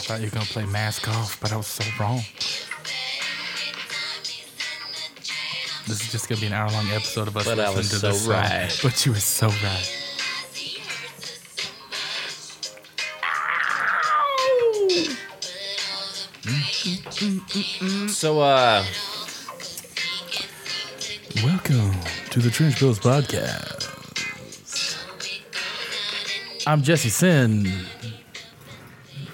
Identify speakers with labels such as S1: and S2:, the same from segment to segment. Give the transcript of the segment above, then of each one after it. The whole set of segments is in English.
S1: thought you were gonna play mask off, but I was so wrong. This is just gonna be an hour long episode of us
S2: But I
S1: listening
S2: was
S1: to
S2: so
S1: this song.
S2: right.
S1: But you were so right.
S2: So, uh,
S1: Welcome to the Trench Bills podcast. I'm Jesse Sin.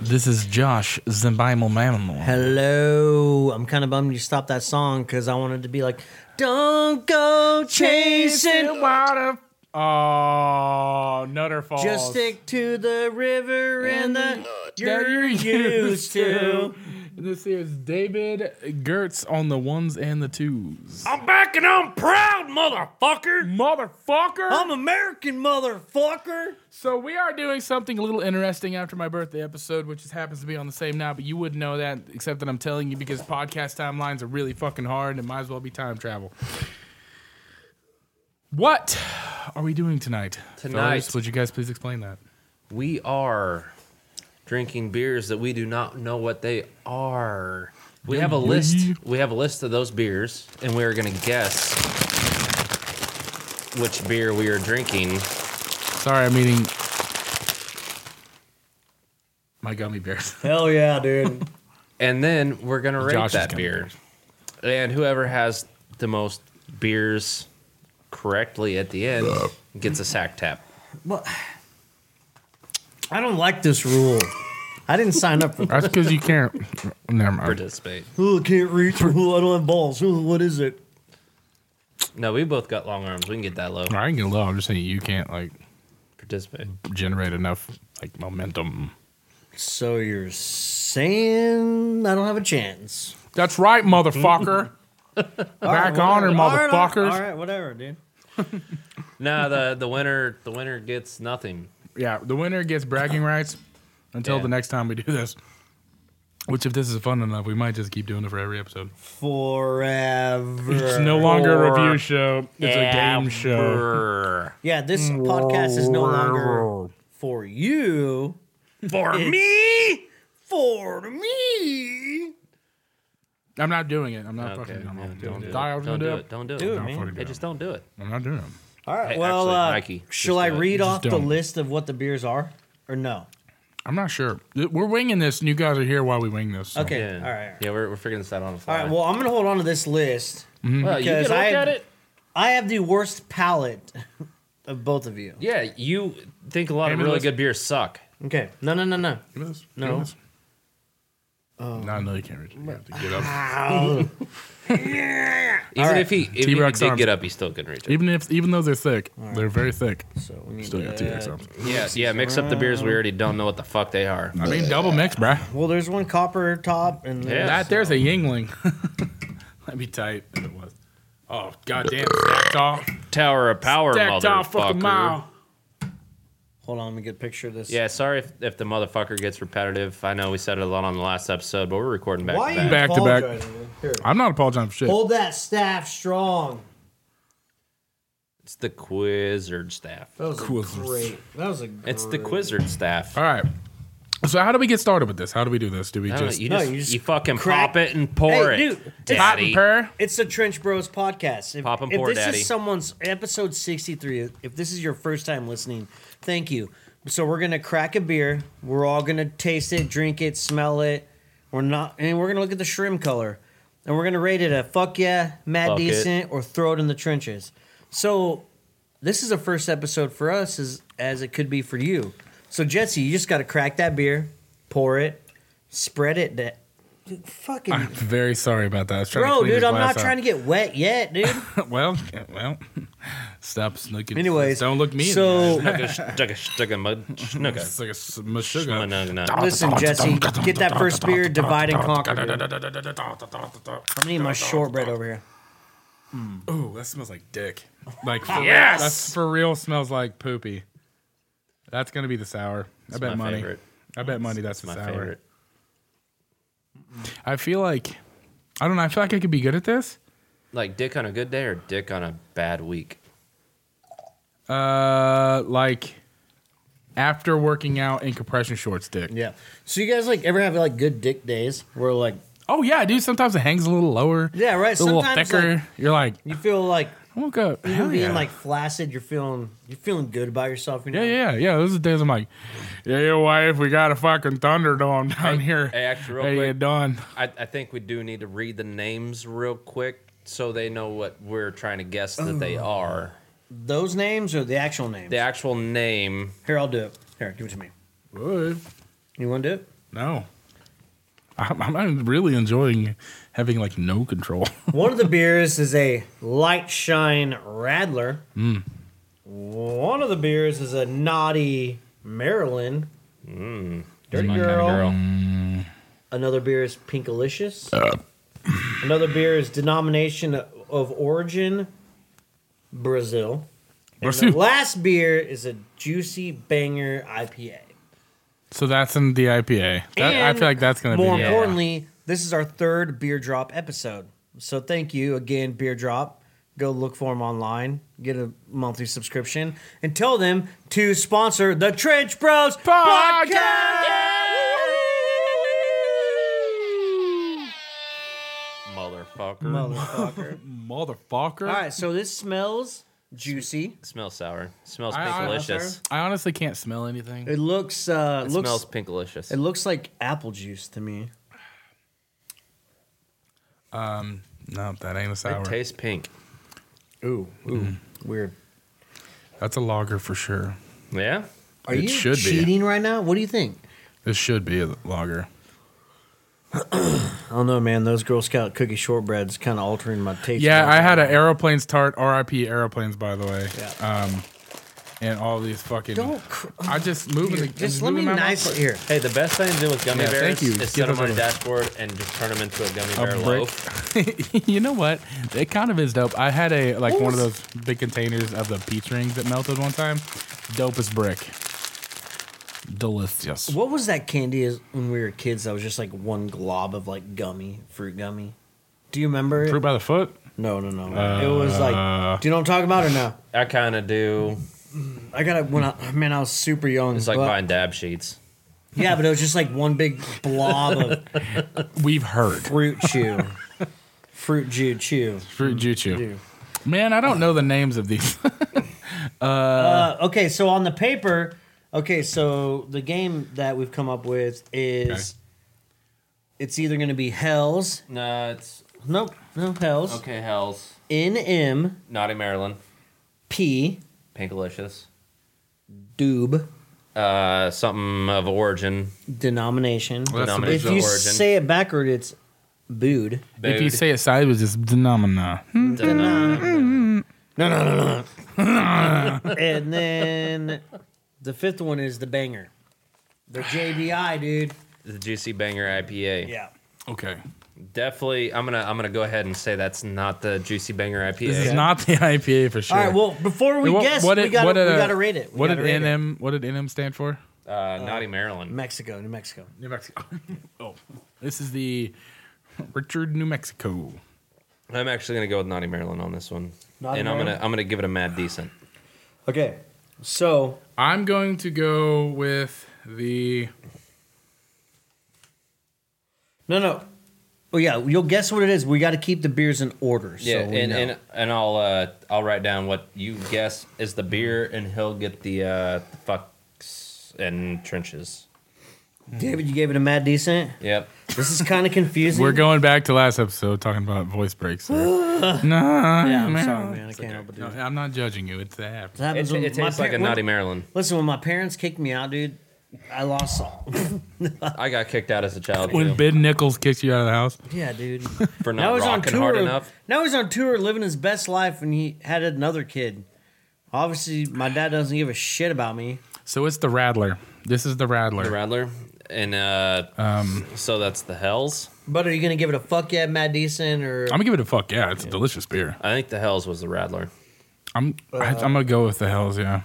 S1: This is Josh Zimbimal Mammal.
S3: Hello. I'm kind of bummed you stopped that song because I wanted to be like, don't go chasing.
S1: water. Oh, Nutter Falls.
S3: Just stick to the river and the
S1: that
S3: you're used to.
S1: This here's David Gertz on the ones and the twos.
S3: I'm back and I'm proud, motherfucker.
S1: Motherfucker!
S3: I'm American, motherfucker.
S1: So we are doing something a little interesting after my birthday episode, which just happens to be on the same night, but you wouldn't know that except that I'm telling you because podcast timelines are really fucking hard and it might as well be time travel. What are we doing tonight?
S2: Tonight.
S1: Fellas, would you guys please explain that?
S2: we are drinking beers that we do not know what they are. We have a list. We have a list of those beers, and we are going to guess which beer we are drinking.
S1: Sorry, I'm eating my gummy bears.
S3: Hell yeah, dude.
S2: And then we're gonna rate
S1: Josh is
S2: that
S1: gonna
S2: beer. And whoever has the most beers correctly at the end gets a sack tap.
S3: Well, I don't like this rule. I didn't sign up for
S1: That's because you can't. Never mind.
S2: Participate.
S3: Ooh, can't reach. Ooh, I don't have balls. Ooh, what is it?
S2: No, we both got long arms. We can get that low.
S1: I ain't gonna lie. I'm just saying you can't like
S2: Participate.
S1: generate enough like momentum.
S3: So you're saying I don't have a chance?
S1: That's right, motherfucker. Back on her, motherfuckers.
S3: All right, whatever, dude.
S2: No, the the winner the winner gets nothing.
S1: Yeah, the winner gets bragging rights until
S2: Yeah.
S1: the next time we do this. Which, if this is fun enough, we might just keep doing it for every episode.
S3: Forever.
S1: It's no longer a
S2: Or-
S1: review show; it's a game show.
S2: Brr.
S3: Yeah, this podcast is no longer for you.
S2: For me.
S3: For me.
S1: I'm not doing it. I'm not
S2: Okay.
S1: fucking. I'm not
S2: Don't
S1: doing
S2: do
S1: it.
S2: it.
S1: I was
S2: Don't
S1: gonna
S2: do
S1: do
S2: it.
S1: it.
S2: Don't do
S3: Do it,
S2: it.
S1: I'm
S3: man.
S1: fucking
S2: Hey,
S1: doing
S2: just don't do it.
S1: it. I'm not doing it.
S3: All right.
S2: Hey,
S3: well,
S2: actually,
S3: uh,
S2: Mikey, just
S3: shall I
S2: do it.
S3: read
S1: Just
S3: off the
S1: don't.
S3: list of what the beers are, or no?
S1: I'm not sure. Th- We're winging this, and you guys are here while we wing this. so.
S3: Okay.
S2: Yeah.
S3: All right.
S2: Yeah, we're, we're figuring this out on the
S3: All
S2: fly.
S3: right. Well, I'm gonna hold on to this list.
S2: Well, you can
S3: because
S2: look
S3: I-
S2: at it.
S3: I have the worst palate of both of you.
S2: Yeah, you think a lot
S1: Hey,
S2: of
S1: man,
S2: really
S1: let's-
S2: good beers suck.
S3: Okay. No, no, no, no.
S1: Give me this.
S3: No.
S1: Give me this. no, no, you can't reach. it. You have to get up.
S2: Even
S3: right.
S2: if he even if
S1: T-Rex
S2: he did
S1: arms.
S2: get up, he still couldn't reach it.
S1: Even if, even though they're thick, they're very thick.
S3: So we need
S1: Still
S3: to.
S1: got T-Rex arms.
S2: Yeah, yeah. Mix up the beers we already don't know what the fuck they are.
S1: I mean, double mix, bruh.
S3: Well, there's one copper top and
S2: Yeah.
S3: there's,
S1: That there's a Yingling. That'd be tight if it was. Oh goddamn! Stacked off,
S2: Tower of Power,
S1: stacked off, fucking
S2: motherfucker.
S1: mile.
S3: hold on, let me get a picture of this.
S2: Yeah, sorry if, if the motherfucker gets repetitive. I know we said it a lot on the last episode, but we're recording back
S3: Why
S2: to
S3: are you
S2: back.
S1: Back to back.
S3: apologizing, man? Here,
S1: I'm not apologizing for shit.
S3: hold that staff strong.
S2: It's the Quizzard staff.
S3: That was a
S1: Quizzers.
S3: great. That was a.
S2: It's the
S3: great-
S2: Quizzard staff.
S1: All right. So how do we get started with this? How do we do this? Do we
S2: I don't know,
S1: just
S2: you,
S3: No,
S2: just, you
S3: you just
S2: fucking
S3: crack-
S2: pop it and pour
S3: Hey,
S2: it,
S3: dude,
S1: pop
S2: daddy.
S1: and purr?
S3: It's the Trench Bros podcast. If,
S2: Pop 'em
S3: if
S2: poor,
S3: this
S2: daddy.
S3: is someone's episode 63, if this is your first time listening, thank you. So we're gonna crack a beer. We're all gonna taste it, drink it, smell it. We're not, and we're gonna look at the shrimp color, and we're gonna rate it a fuck yeah, mad
S2: Fuck it.
S3: decent, or throw it in the trenches. So this is a first episode for us, as as it could be for you. So Jesse, you just gotta crack that beer, pour it, spread it. That fucking.
S1: I'm very sorry about that. I was trying to
S3: Bro,
S1: clean
S3: dude,
S1: the
S3: I'm
S1: glass
S3: not
S1: out.
S3: trying to get wet yet, dude.
S1: well, yeah, well. Stop looking.
S3: Anyways,
S1: don't look me.
S3: so-
S1: in the eyes.
S2: Snugga, snugga, snugga, mud,
S1: it's
S2: snugga.
S1: like a s- my
S2: No, no,
S1: sugar.
S2: no.
S3: Listen, Jesse, get that first beer, divide and conquer. Dude. I'm gonna eat my shortbread over here.
S1: Ooh, that smells like dick. Like for
S2: Yes!
S1: real, that's for real. Smells like poopy. That's gonna be the sour. I bet
S2: my
S1: money.
S2: favorite.
S1: I bet money. That's
S2: My
S1: the sour.
S2: favorite.
S1: I feel like I don't know. I feel like I could be good at this.
S2: Like dick on a good day or dick on a bad week.
S1: Uh, like after working out in compression shorts, dick.
S3: Yeah. So you guys like ever have like good dick days where like
S1: Oh yeah, dude. Sometimes it hangs a little lower.
S3: Yeah, right,
S1: It's a little
S3: sometimes,
S1: thicker.
S3: like-
S1: You're like,
S3: you feel like
S1: I woke up.
S3: you're
S1: Hell
S3: being
S1: yeah.
S3: like flaccid, you're feeling you're feeling good about yourself. You know?
S1: yeah, yeah, yeah. Those are days I'm like, yeah, your wife, we got a fucking thunderdome down here.
S2: hey, actually, real
S1: Hey,
S2: quick.
S1: you done.
S2: I, I think we do need to read the names real quick so they know what we're trying to guess that they are.
S3: Those names or the actual names?
S2: The actual name.
S3: Here, I'll do it. Here, give it to me.
S1: Would.
S3: You want to do it?
S1: No. I'm, I'm really enjoying having like no control.
S3: One of the beers is a Light Shine Radler.
S1: Mm.
S3: One of the beers is a Naughty Maryland. Dirty
S1: Mm. my
S3: girl.
S1: kinda
S3: Another beer is Pinkalicious.
S1: Uh.
S3: Another beer is Denomination of Origin, Brazil. And the
S1: Brazil.
S3: last beer is a Juicy Banger IPA.
S1: so that's in the IPA. That, I
S3: And
S1: feel like that's gonna
S3: more
S1: be
S2: Yeah.
S3: importantly, this is our third beer drop episode. So thank you again, beer drop. Go look for them online. Get a monthly subscription and tell them to sponsor the Trench Bros
S1: Podcast!
S2: Motherfucker.
S3: Motherfucker.
S1: motherfucker.
S3: All right, so this smells juicy.
S2: smells sour. smells
S1: I- I-
S2: pinkalicious.
S1: I honestly can't smell anything.
S3: It looks uh,
S2: It
S3: looks
S2: smells pinkalicious.
S3: it looks like apple juice to me.
S1: No, that ain't a sour.
S2: It tastes pink.
S3: Ooh, ooh,
S1: Mm-hmm.
S3: weird.
S1: that's a lager for sure.
S2: Yeah.
S3: Are
S1: It
S3: you
S1: should be.
S3: cheating right now? What do you think?
S1: This should be a lager.
S3: I don't know, man. Those Girl Scout cookie shortbreads kind of altering my taste.
S1: Yeah,
S3: buds.
S1: I had an aeroplanes tart. R.I.P. aeroplanes, by the way.
S3: Yeah.
S1: Um, and all these fucking.
S3: Don't. Cr-
S1: I just moving.
S3: Here,
S1: the-
S3: just
S1: I'm
S3: let me
S1: moving my mouth.
S3: nice here.
S2: Hey, the best thing to do with gummy
S1: Yeah,
S2: bears
S1: thank you.
S2: is
S1: Give
S2: set them
S1: them
S2: on a
S1: a-
S2: dashboard and just turn them into a gummy bear
S1: brick.
S2: loaf.
S1: you know what? It kind of is dope. I had a like one of those big containers of the peach rings that melted one time. Dopest brick. Delicious.
S3: What was that candy is when we were kids that was just like one glob of like gummy, fruit gummy? Do you remember? it?
S1: Fruit Uh, by the foot.
S3: No, no, no. it was like, do you know what I'm talking about or no?
S2: I kind of do.
S3: I got it when I, man, I was super young.
S2: It's like
S3: but-
S2: buying dab sheets.
S3: Yeah, but it was just like one big blob of
S1: We've heard
S3: fruit chew. Fruit chew chew.
S1: fruit juju.
S3: chew.
S1: Man, I don't know the names of these.
S3: Uh, okay, so on the paper, okay, so the game that we've come up with is it's either going to be Hells.
S2: No, it's
S3: Nope, no Hells.
S2: okay. Hell's
S3: NM.
S2: naughty Maryland.
S3: P
S2: Pinkalicious.
S3: Doob
S2: Uh, something of origin.
S3: denomination.
S1: Well, that's the
S2: Denomination
S3: if
S2: of
S3: you
S2: origin.
S3: say it backward, it's booed.
S1: if you
S2: Dude.
S1: say it sideways, it's denomina. Hmm.
S2: Denom-
S3: and then the fifth one is the banger. The JBI, dude.
S2: the juicy banger IPA.
S3: Yeah.
S1: Okay,
S2: Definitely, I'm gonna I'm gonna go ahead and say that's not the juicy banger IPA.
S1: this is not the IPA for sure.
S3: All right. Well, before we
S1: What-
S3: guess,
S1: what
S3: we
S1: did-
S3: got
S1: what
S3: to
S1: did,
S3: we
S1: uh,
S3: got to rate it. We
S1: What did
S3: gotta rate it.
S1: NM? What did NM stand for?
S2: uh, naughty Maryland.
S3: Mexico, New Mexico.
S1: New Mexico. oh, this is the Richard, New Mexico.
S2: I'm actually gonna go with naughty Maryland on this one,
S3: Naughty
S2: and I'm
S3: Maryland?
S2: gonna I'm gonna give it a mad decent.
S3: Okay. So
S1: I'm going to go with the
S3: no, no. Oh yeah, you'll guess what it is. We got to keep the beers in order. So
S2: Yeah,
S3: we
S2: and,
S3: know.
S2: and and I'll uh, I'll write down what you guess is the beer, and he'll get the uh, fucks and trenches.
S3: David, you gave it a mad decent.
S2: Yep.
S3: This is kind of confusing.
S1: We're going back to last episode talking about voice breaks. sir. no,
S3: Yeah, I'm sorry, man. I can't help it.
S1: no,
S3: Dude.
S1: I'm not judging you. It's that happens.
S3: That
S2: It,
S3: happens
S2: ta-
S3: when
S2: it
S3: my
S2: tastes like
S3: par-
S2: a
S3: when-
S2: naughty Maryland.
S3: Listen, when my parents kicked me out, dude, I lost. All.
S2: I got kicked out as a child
S1: When
S2: too,
S1: Ben Nichols kicks you out of the house,
S3: yeah, dude.
S2: for
S3: now
S2: not
S3: he's on
S2: rocking
S3: tour.
S2: hard enough.
S3: Now he's on tour, living his best life, and he had another kid. Obviously, my dad doesn't give a shit about me.
S1: so it's the Rattler. This is the Rattler.
S2: The Rattler, and uh, so that's the Hells.
S3: But are you gonna give it a fuck yeah, Matt Decent, or
S1: I'm gonna give it a fuck yeah. It's a delicious beer.
S2: I think the Hells was the Rattler.
S1: I'm I, I'm gonna go with the Hells. Yeah.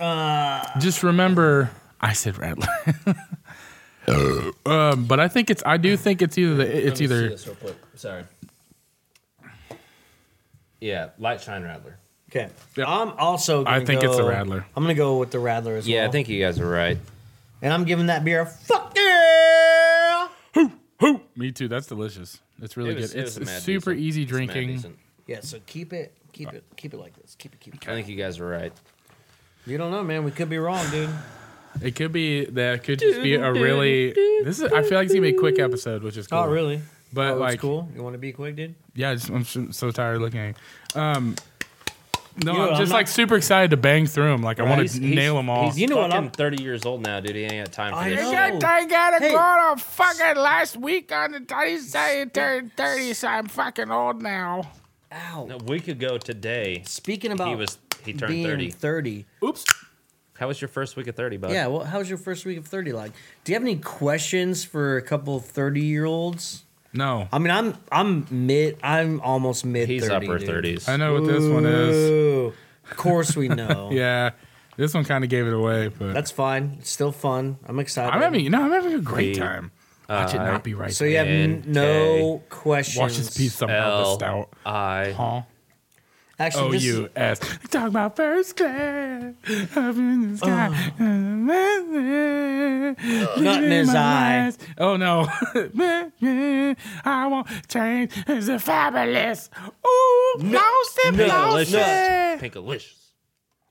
S2: Uh,
S1: Just remember, I said Rattler. um, but I think it's. I do think it's either the. It's
S2: Let me see
S1: either.
S2: this real quick. Sorry. Yeah, Light Shine Rattler.
S3: Okay.
S1: Yep.
S3: I'm also. Gonna
S1: I think it's the
S3: go-
S1: Radler.
S3: I'm gonna go with the Radler as well.
S2: Yeah, I think you guys are right.
S3: And I'm giving that beer a fuck yeah.
S1: Me too. That's delicious. It's really
S2: It was-
S1: good.
S2: it
S1: it's
S2: was mad
S1: it's super
S2: decent.
S1: easy
S2: It's mad
S1: drinking.
S2: decent.
S3: Yeah. So keep it, keep it, keep it like this. Keep it, keep it.
S2: I think you guys are right.
S3: You don't know, man. We could be wrong, dude.
S1: It could be that it could just be a really. This is. I feel like it's gonna be a quick episode, which is cool.
S3: Oh, really?
S1: But
S3: Oh,
S1: like,
S3: it's cool. You want to be quick, dude?
S1: yeah, I just, I'm so so tired of looking at you. Um, no,
S3: You know,
S1: I'm
S3: I'm
S1: just
S3: not-
S1: like super excited to bang through them. Like I want
S2: He's-
S1: to
S2: he's-
S1: nail them all.
S2: He's
S3: You know what,
S2: fucking
S3: I'm-
S2: 30 years old now, dude. He ain't got time for
S3: I
S2: this.
S3: know.
S2: shit.
S3: got-
S1: I gotta
S3: Hey. go
S1: to fucking last week on the twenty turned thirty, so I'm fucking old now.
S3: Ow.
S2: No, we could go today.
S3: Speaking about
S2: He was he turned
S3: being
S2: 30.
S3: 30.
S1: Oops.
S2: How was your first week of 30, bud?
S3: Yeah. Well, how was your first week of 30 like? Do you have any questions for a couple 30 year olds?
S1: No,
S3: I mean, I'm I'm mid. I'm almost mid.
S2: He's
S3: 30,
S2: upper
S3: dude.
S2: 30s.
S1: I know what this one is.
S3: Ooh. Of course we know.
S1: Yeah, this one kind of gave it away, but
S3: That's fine. It's still fun. I'm excited.
S1: I'm having. No, I'm having a great
S2: Hey.
S1: time. Watch it not be right.
S3: so you have n-
S2: Okay.
S3: no questions.
S1: Watch this piece somehow
S2: L
S1: this out.
S2: I
S1: Huh?
S3: Actually,
S1: O
S3: this is-
S1: U S. Talk about first class up in the sky. Look in
S3: Uh. his
S1: my
S3: eye.
S1: eyes. Oh no! I want change. It's a fabulous. Ooh, lost and lost
S2: Pinkalicious.
S1: it.
S2: Pinkalicious.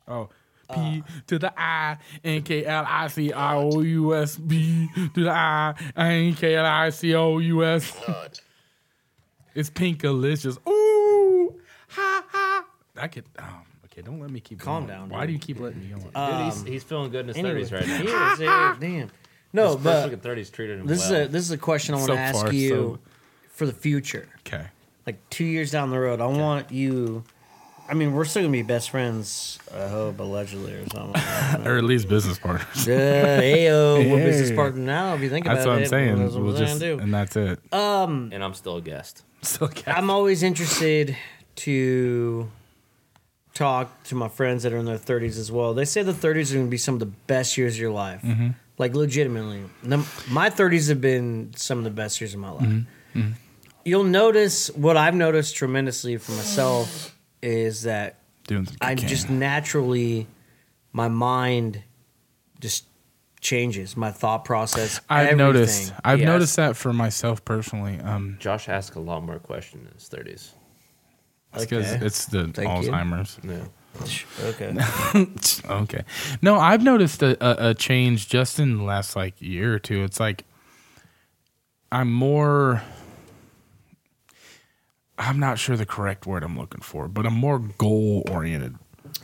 S1: Oh. P
S3: Uh.
S1: to the I N K L I C I O U S B to the I N K L I C O U S.
S3: Oh,
S1: It's pinkalicious. Ooh, ha ha. I could. Um, okay, don't let me keep.
S3: Calm
S1: going.
S3: down,
S1: Why
S3: dude. Uh,
S1: do you keep letting me go? on?
S2: Dude,
S3: Um,
S2: he's, he's feeling good in his
S3: Anyway,
S2: 30s right now.
S3: he is, he is, damn. No,
S2: First
S3: but
S2: week of 30s treated him
S3: this
S2: well.
S3: is a this is a question I want
S1: So
S3: to ask
S1: far,
S3: you
S1: so-
S3: for the future,
S1: okay.
S3: like two years down the road. I want you. I mean, we're still gonna be best friends. I hope, allegedly, or something. uh,
S1: Or at least business partners.
S3: ayo, we're business
S1: Hey.
S3: partner now. If you think
S1: That's
S3: about
S1: what
S3: it,
S1: I'm saying.
S3: that's what
S1: we'll
S3: we're
S1: just,
S3: gonna do. Uh,
S1: and that's it.
S2: and I'm still a guest.
S1: Still got
S3: I'm always interested to talk to my friends that are in their 30s as well. They say the 30s are going to be some of the best years of your life.
S1: Mm-hmm.
S3: Like, legitimately. Num- My 30s have been some of the best years of my life.
S1: Mm-hmm.
S3: You'll notice what I've noticed tremendously for myself is that
S1: doing some
S3: I
S1: cocaine.
S3: just naturally, my mind just changes, my thought process.
S1: I've
S3: everything.
S1: noticed. I've
S2: Yes.
S1: noticed that for myself personally. Um,
S2: Josh asked a lot more questions in his 30s.
S1: because
S3: Okay.
S1: it's the
S3: Thank you.
S1: Alzheimer's.
S2: Yeah.
S3: Okay.
S1: okay. No, I've noticed a, a, a change just in the last like year or two. It's like I'm more. I'm not sure the correct word I'm looking for, but I'm more goal oriented.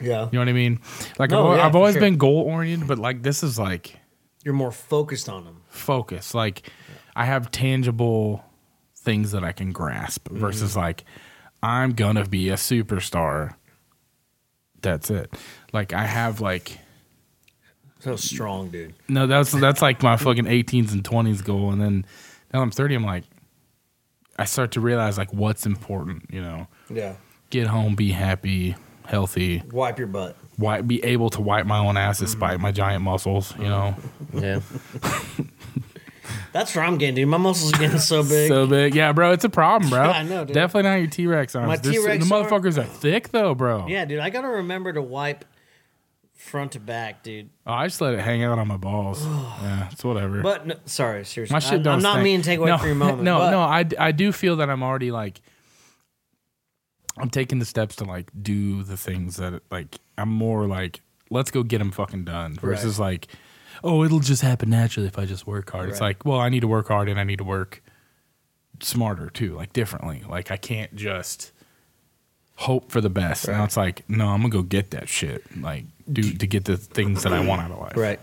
S3: Yeah.
S1: You know what I mean? Like
S3: No,
S1: I've, al-
S3: yeah,
S1: I've
S3: for
S1: always
S3: sure.
S1: been goal oriented, but like this is like
S3: You're more focused on them.
S1: focus. Like I have tangible things that I can grasp
S3: Mm-hmm.
S1: versus like I'm gonna be a superstar. That's it. Like I have like
S3: So strong, dude.
S1: No, that's that's like my fucking 18s and 20s goal, and then now I'm 30. I'm like, I start to realize like what's important. You know,
S3: Yeah.
S1: get home, be happy, healthy,
S3: Wipe your butt.
S1: wipe, be able to wipe my own ass despite my giant muscles. You know,
S2: Yeah.
S3: That's where I'm getting, dude. My muscles are getting so big.
S1: so big, yeah, bro. It's a problem, bro.
S3: I know, dude.
S1: Definitely not your T Rex arms.
S3: My
S1: They're so-
S3: T-Rex
S1: the
S3: arm-
S1: motherfuckers are thick though, bro.
S3: yeah, dude. I gotta remember to wipe front to back, dude.
S1: Oh, I just let it hang out on my balls. yeah, it's whatever.
S3: But no, sorry, seriously.
S1: My shit
S3: I,
S1: don't.
S3: I'm not
S1: stink.
S3: meaning to take away
S1: no,
S3: from your moment.
S1: No,
S3: but
S1: no, I, d- I do feel that I'm already like I'm taking the steps to like do the things that like I'm more like let's go get them fucking done versus like oh it'll just happen naturally if I just work hard. It's
S3: Right.
S1: like well I need to work hard and I need to work smarter too, like differently. Like I can't just hope for the best. Now it's like no, I'm gonna go get that shit. Like do to get the things that I want out of life.
S3: Right.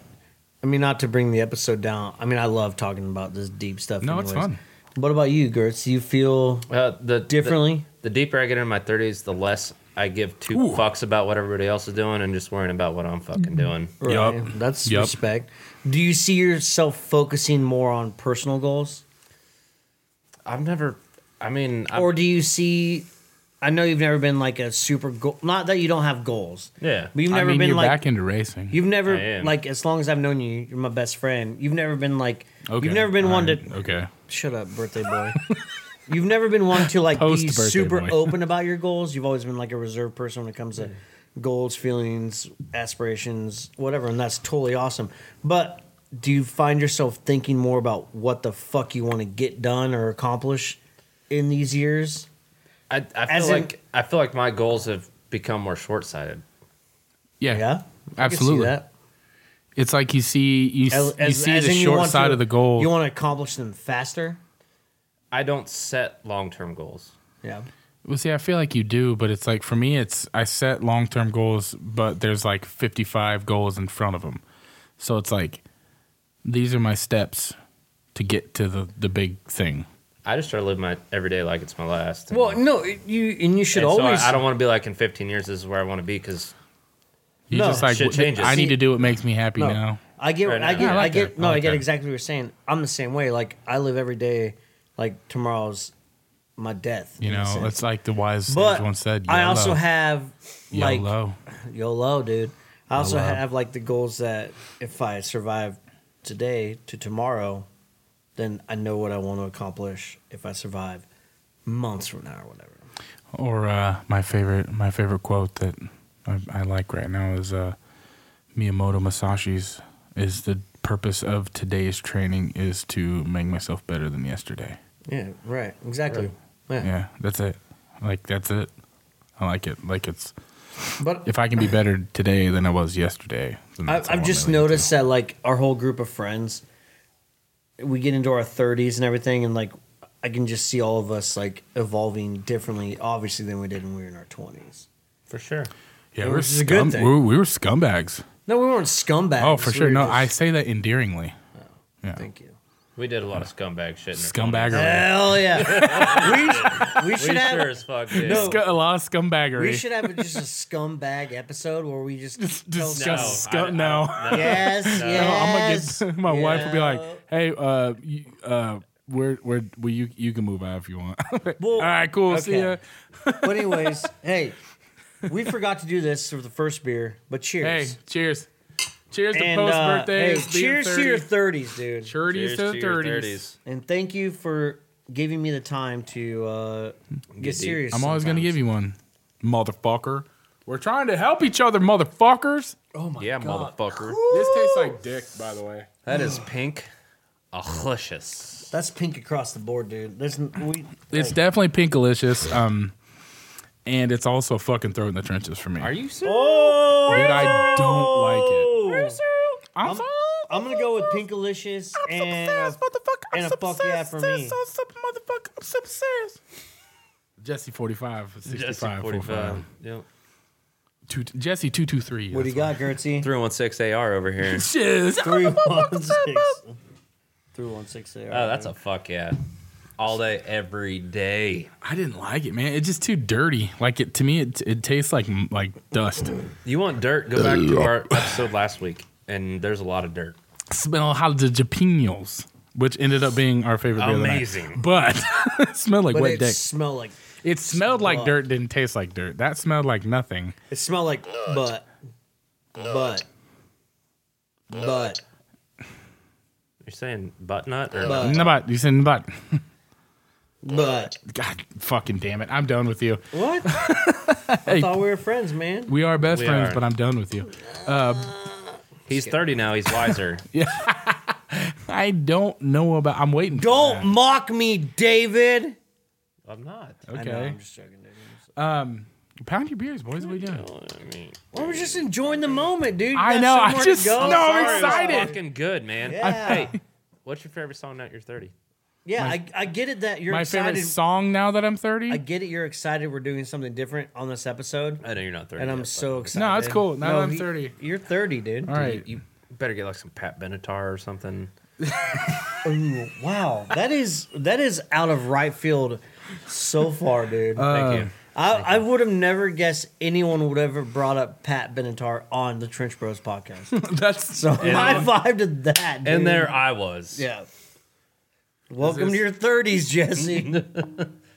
S3: I mean, not to bring the episode down. I mean, I love talking about this deep stuff.
S1: No, it's
S3: anyways.
S1: fun.
S3: What about you, Gertz? Do you feel
S2: Uh, the
S3: differently?
S2: The, the deeper I get in my 30s, the less I give two
S1: Ooh.
S2: fucks about what everybody else is doing and just worrying about what I'm
S3: Mm-hmm.
S2: fucking doing.
S1: Yup.
S3: Right. That's
S1: Yup.
S3: respect. Do you see yourself focusing more on personal goals?
S2: I've never. I mean, I,
S3: or do you see I know you've never been like a super goal not that you don't have goals.
S2: Yeah.
S3: But you've
S1: I
S3: never
S1: mean
S3: been
S1: you're
S3: like
S1: back into racing.
S3: You've
S2: I
S3: never
S2: am.
S3: like as long as I've known you, you're my best friend. You've never been like
S1: Okay.
S3: you've never been
S1: All
S3: one
S1: right.
S3: to
S1: okay.
S3: shut up, birthday boy. You've never been one to like be
S1: Post-birthday
S3: super
S1: boy.
S3: open about your goals. You've always been like a reserved person when it comes to goals, feelings, aspirations, whatever, and that's totally awesome. But do you find yourself thinking more about what the fuck you want to get done or accomplish in these years?
S2: I, I
S3: As
S2: feel
S3: in-
S2: like I feel like my goals have become more short sighted.
S1: Yeah,
S3: Yeah. I can see
S1: absolutely.
S3: that.
S1: It's like you see you, s- you see
S3: as
S1: the
S3: in you
S1: short
S3: want
S1: side
S3: to-
S1: of the goal.
S3: You want to accomplish them faster?
S2: I don't set long term goals.
S3: Yeah.
S1: Well, see, I feel like you do, but it's like for me, it's I set long term goals, but there's like 55 goals in front of them. So it's like these are my steps to get to the, the big thing.
S2: I just try to live my everyday like it's my last. And-
S3: Well, no, you and you should
S2: and so I-
S3: always
S2: I, don't want to be like in 15 years. This is where I want to be because
S1: You
S3: No,
S1: just like
S2: shit
S1: w-
S2: changes.
S1: I need to do what makes me happy
S3: No.
S1: now.
S3: I get,
S2: Right
S3: I
S2: now.
S3: get,
S2: Yeah,
S1: I
S3: I,
S1: like
S3: get.
S1: that.
S3: No,
S1: I
S3: I,
S1: like
S3: get
S1: that.
S3: exactly what you're saying. I'm the same way. Like I live every day, like tomorrow's my death.
S1: You
S3: in a
S1: know,
S3: sense.
S1: it's like the wise sage
S3: But
S1: once said.
S3: I
S1: YOLO.
S3: also have like YOLO,
S1: YOLO.
S3: dude. I also
S1: YOLO.
S3: have like the goals that if I survive today to tomorrow, then I know what I want to accomplish if I survive months from now or whatever.
S1: Or uh, my favorite my favorite quote that I, I like right now is uh, Miyamoto Masashi's is the purpose of today's training is to make myself better than yesterday.
S3: Yeah, right. Exactly. Yeah.
S1: Yeah, that's it. Like that's it. I like it. Like it's
S3: But
S1: if I can be better today than I was yesterday. Then
S3: I,
S1: that's all
S3: I've
S1: I'm
S3: just
S1: really
S3: noticed that like our whole group of friends, we get into our thirties and everything, and like I can just see all of us like evolving differently, obviously, than we did when we were in our twenties.
S2: for sure.
S1: into. Yeah, we're
S3: which is a good
S1: scum-
S3: thing.
S1: we were- we were scumbags.
S3: No, we weren't scumbags.
S1: Oh, for
S3: We
S1: sure.
S3: were
S1: No,
S3: just-
S1: I say that endearingly. yeah.
S3: Thank you.
S2: We did a lot of scumbag shit. In our
S1: Scumbaggery.
S3: Hell yeah. we, we
S2: 20s.
S3: should
S2: We
S3: have.
S2: sure as fuck did.
S3: No.
S1: Sc- a lot of scumbaggery.
S3: Oh. We should have just a scumbag episode where we just tell-
S2: No,
S1: discuss-
S2: I- I-
S1: no.
S2: no.
S3: yes, yes.
S1: No, I'm gonna get my wife will be like,
S3: Yeah.
S1: "Hey, uh, you, uh, where, where, well, you, you can move out if you want."
S3: Well,
S1: All right, cool. See ya.
S3: okay. But anyways, hey, we forgot to do this for the first beer, but
S1: Hey,
S3: cheers.
S1: cheers, cheers
S3: And,
S1: to post
S3: uh,
S1: birthdays.
S3: hey, cheers to your 30s, dude.
S1: thirties to
S2: Cheers to your
S1: thirties.
S3: And thank you for giving me the time to uh, get, serious.
S1: I'm always gonna
S3: sometimes.
S1: give you one, motherfucker. We're trying to help each other, motherfuckers.
S2: Yeah, motherfucker.
S1: This tastes like dick, by the way.
S2: That is pink. Alicious.
S3: That's pink across the board, dude. There's n- we.
S1: It's definitely pinkalicious. Um, and it's also fucking throw in the trenches for me.
S2: Are you serious?
S3: Oh,
S1: Dude, I don't like it. I'm,
S3: I'm,
S1: so-
S3: I'm gonna go with Pinkalicious
S1: I'm so
S3: and
S1: serious, motherfucker. I'm
S3: and a
S1: so
S3: fuck yeah
S1: serious,
S3: for
S1: serious,
S3: me.
S1: so- so- motherfucker. I'm so serious. Jesse 45, 65,
S2: Jesse
S1: 45.
S2: 45. Yep.
S1: Two, Jesse 223.
S3: what do you got, Gertzy?
S2: 316 AR over here.
S1: Shiz.
S3: Three one six. Three one six there.
S2: Oh, that's a fuck yeah. All day, every day.
S1: I didn't like it, man. It's just too dirty. Like it to me, it, it tastes like like dust.
S2: You want dirt? Go back to our episode last week, and there's a lot of dirt.
S1: Smell how the jalapenos, which ended up being our favorite. beer of the night.
S2: Amazing.
S1: but it smelled like
S3: But
S1: wet
S3: it
S1: dick.
S3: smelled like
S1: It smelled like
S3: Fuck.
S1: dirt, didn't taste like dirt. That smelled like nothing.
S3: it smelled like butt, butt, butt.
S2: You're saying butt nut or
S3: Butt.
S1: Nabat, you said Nabat.
S3: But
S1: God fucking damn it. I'm done with you.
S3: what? I
S1: Hey.
S3: thought we were friends, man.
S1: We are best
S2: We
S1: friends,
S2: are.
S1: but I'm done with you.
S2: He's 30 now. He's wiser.
S1: I don't know about. I'm waiting. for
S3: Don't mock me, David.
S2: I'm not.
S1: that.
S3: I know,
S1: Okay.
S3: I'm just joking, dude.
S1: Pound your beers, boys. What are we doing?
S2: I mean,
S3: Well, we're just enjoying the moment, dude. You
S1: I
S3: got
S1: know, I
S3: somewhere to
S1: just-
S3: go.
S1: no, I'm
S3: Sorry.
S1: excited.
S2: Fucking good, man.
S3: Yeah.
S2: Hey, what's your favorite song now that you're 30?
S3: Yeah, I, I get it that you're
S1: My
S3: excited.
S1: favorite song now that I'm 30?
S3: I get it. You're excited. We're doing something different on this episode,
S2: I know you're not 30.
S3: and
S2: yet,
S3: I'm
S2: but
S3: so excited.
S1: No, it's cool. Now
S3: No,
S1: that I'm
S3: he-
S1: 30.
S3: You're 30, dude.
S1: All right.
S2: You better get like some Pat Benatar or something.
S3: Ooh, wow, that is that is out of right field so far, dude.
S1: Uh,
S2: Thank you.
S3: I, I would have never guessed anyone would ever brought up Pat Benatar on the Trench Bros podcast.
S1: That's
S3: So high five to that. Dude.
S2: And there I was.
S3: yeah. Welcome to your 30s, Jesse.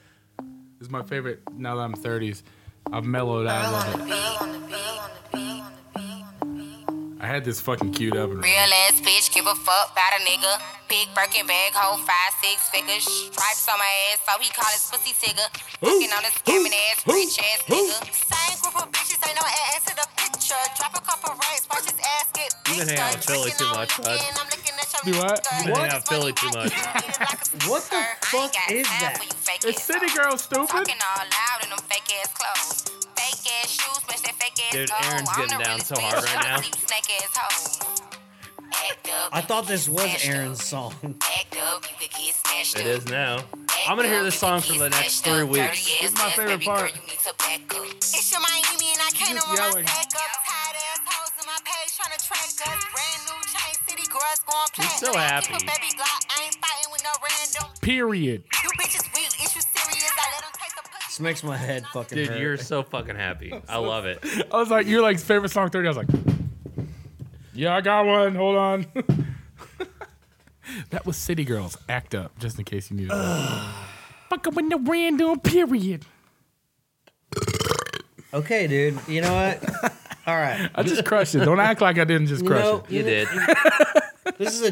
S1: is my favorite now that I'm 30s. I've mellowed out a little bit.
S4: Bill on the bill on the bill on the bill on the bill on the bill on the bill on the bill.
S1: I had this fucking queued up. And
S4: Real ass bitch, give a fuck about a nigga. Big Birkin bag, hold five, six figures. Stripes on my ass, so he call his pussy tigger. Looking on this scamming ass, rich ass nigga. Same group of bitches, ain't no ass to the picture. Drop a couple rights, watch his ass get
S2: You've been hanging out with Philly too much, bud.
S1: Do what?
S2: You've been hanging out with Philly too much.
S3: What the fuck is that?
S1: It's City Girl, stupid.
S4: Talking all loud in them fake ass clothes. Fake ass shoes, match that fake ass
S2: Dude,
S4: gold.
S2: Aaron's
S4: I'm the
S2: getting down
S4: realest
S2: so hard
S4: bitch,
S2: right
S4: I'm
S2: now.
S4: deep snake ass hoes. Act up,
S3: I
S4: you
S3: thought
S4: can
S3: this
S4: get
S3: was
S4: smashed
S3: Aaron's
S4: up.
S3: song.
S4: Act up, you could get smashed
S2: It
S4: up.
S2: is now.
S4: Act
S2: I'm gonna hear
S4: up,
S2: this
S4: you
S2: song
S4: could
S2: for
S4: get
S2: the next
S4: smashed up.
S2: three
S4: Dirty
S2: weeks.
S4: ass
S1: This is my
S4: ass,
S1: favorite
S4: baby girl,
S1: part.
S4: you need to back up. It's your Miami and I came
S1: Just
S4: to run my
S1: yelling.
S4: stack up. Tired ass hoes in my page trying to track us. Brand new chain city girls going
S2: He's
S4: platinum.
S2: so happy.
S4: Keep a baby Glock, I ain't fighting with no random.
S1: Period.
S4: You bitches weak, is you serious? I let 'em take the pussy.
S3: This makes my head fucking
S2: Dude,
S3: hurt.
S2: you're so fucking happy. I love it.
S1: I was like, you're like favorite song thirty. I was like, yeah, I got one. Hold on. that was City Girls. Act up, just in case you needed. that. Fuck up in the random period.
S3: Okay, dude. You know what? All right.
S1: I just crushed it. Don't act like I didn't just
S3: You
S1: crush
S3: know,
S1: it.
S2: You did.
S3: this is a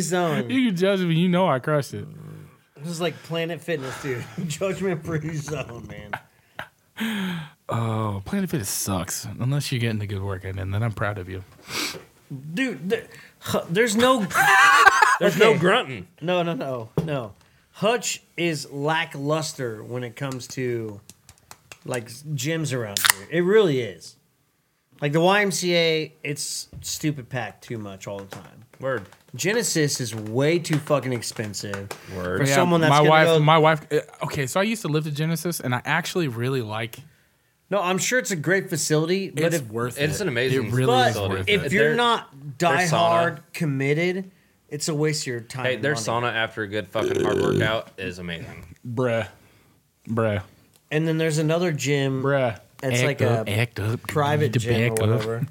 S3: zone.
S1: You can judge me. You know I crushed it.
S3: This is like Planet Fitness, dude. judgment-free zone, man.
S1: Oh, Planet Fitness sucks unless you're getting a good workout, and then I'm proud of you.
S3: Dude, there, huh, there's no
S2: There's no
S1: Oh,
S3: Okay.
S2: grunting.
S3: No, no, no, no. Hutch is lackluster when it comes to like gyms around here. It really is. Like the YMCA, it's stupid packed too much all the time.
S2: Word.
S3: Genesis is way too fucking expensive.
S2: Word.
S3: Yeah. someone that's
S1: my
S3: gonna
S1: wife.
S3: go-
S1: My wife. uh, Okay, so I used to live to Genesis, and I actually really like.
S3: No, I'm sure it's a great facility, but
S1: It's
S3: if,
S1: worth it.
S2: It's an amazing
S1: It really
S3: but
S1: is worth
S2: facility.
S1: it.
S3: if
S2: it.
S3: you're
S2: Their-
S3: not
S2: their
S3: diehard committed, it's a waste of your time.
S2: Hey,
S3: and
S2: their
S3: money.
S2: sauna after a good fucking hard workout is amazing.
S1: Bruh, bruh,
S3: And then there's another gym.
S1: bruh.
S3: It's like
S1: up,
S3: a
S1: act up,
S3: private
S1: need to
S3: gym
S1: back
S3: or
S1: up.
S3: whatever.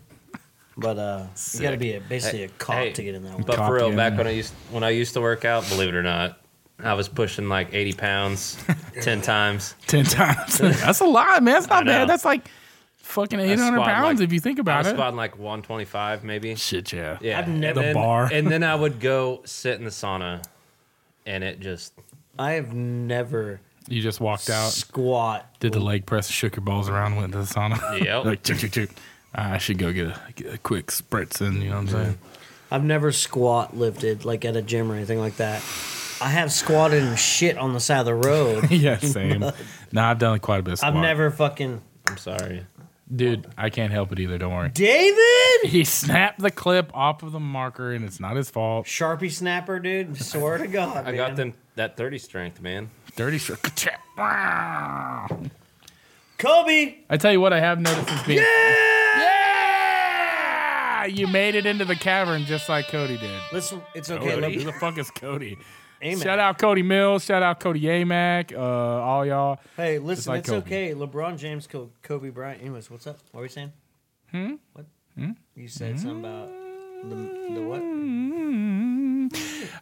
S3: But uh, you gotta be a, basically
S2: Hey,
S3: a cop
S2: hey,
S3: to get in that one.
S2: But
S1: Cop,
S2: for real,
S1: yeah.
S2: back when I used when I used to work out, believe it or not, I was pushing like 80 pounds, 10 times.
S1: Ten times. That's a lot, man. That's not
S2: I know.
S1: bad. That's like fucking eight hundred
S2: squat
S1: pounds
S2: like-
S1: if you think
S2: I
S1: about
S2: was
S1: it.
S2: squatting like 125 maybe.
S1: Shit, yeah.
S2: Yeah,
S3: I've never-
S1: The
S2: and then,
S1: bar.
S2: and then I would go sit in the sauna, and it just
S3: I have never
S1: You just walked out,
S3: squat.
S1: did the leg press, shook your balls around, went to the sauna.
S2: Yep.
S1: like chuk chuk chuk. I should go get a, get a quick spritz in. You know what I'm saying?
S3: I've never squat lifted like at a gym or anything like that. I have squatted and shit on the side of the road.
S1: yeah, same. no, I've done quite a bit. Of
S3: I've
S1: squat.
S3: never fucking
S2: I'm sorry.
S1: dude. I can't help it either. Don't worry.
S3: David
S1: He snapped the clip off of the marker, and it's not his fault.
S3: Sharpie snapper, dude. Swear to God,
S2: I
S3: man.
S2: got them that 30 strength, man.
S1: Dirty shirt. I
S3: Kobe.
S1: tell you what, I have noticed is being. Yeah! You made it into the cavern just like Cody did.
S3: Listen, it's okay.
S1: Cody? Who
S3: Look,
S1: the fuck is Cody?
S3: Amen.
S1: Shout out Cody Mills. Shout out Cody Amack. Uh, all y'all.
S3: Hey, listen,
S1: like
S3: it's
S1: Kobe.
S3: okay. LeBron James killed Kobe Bryant. Anyways, what's up? What were we saying? Hmm. What? You said something about the, the what?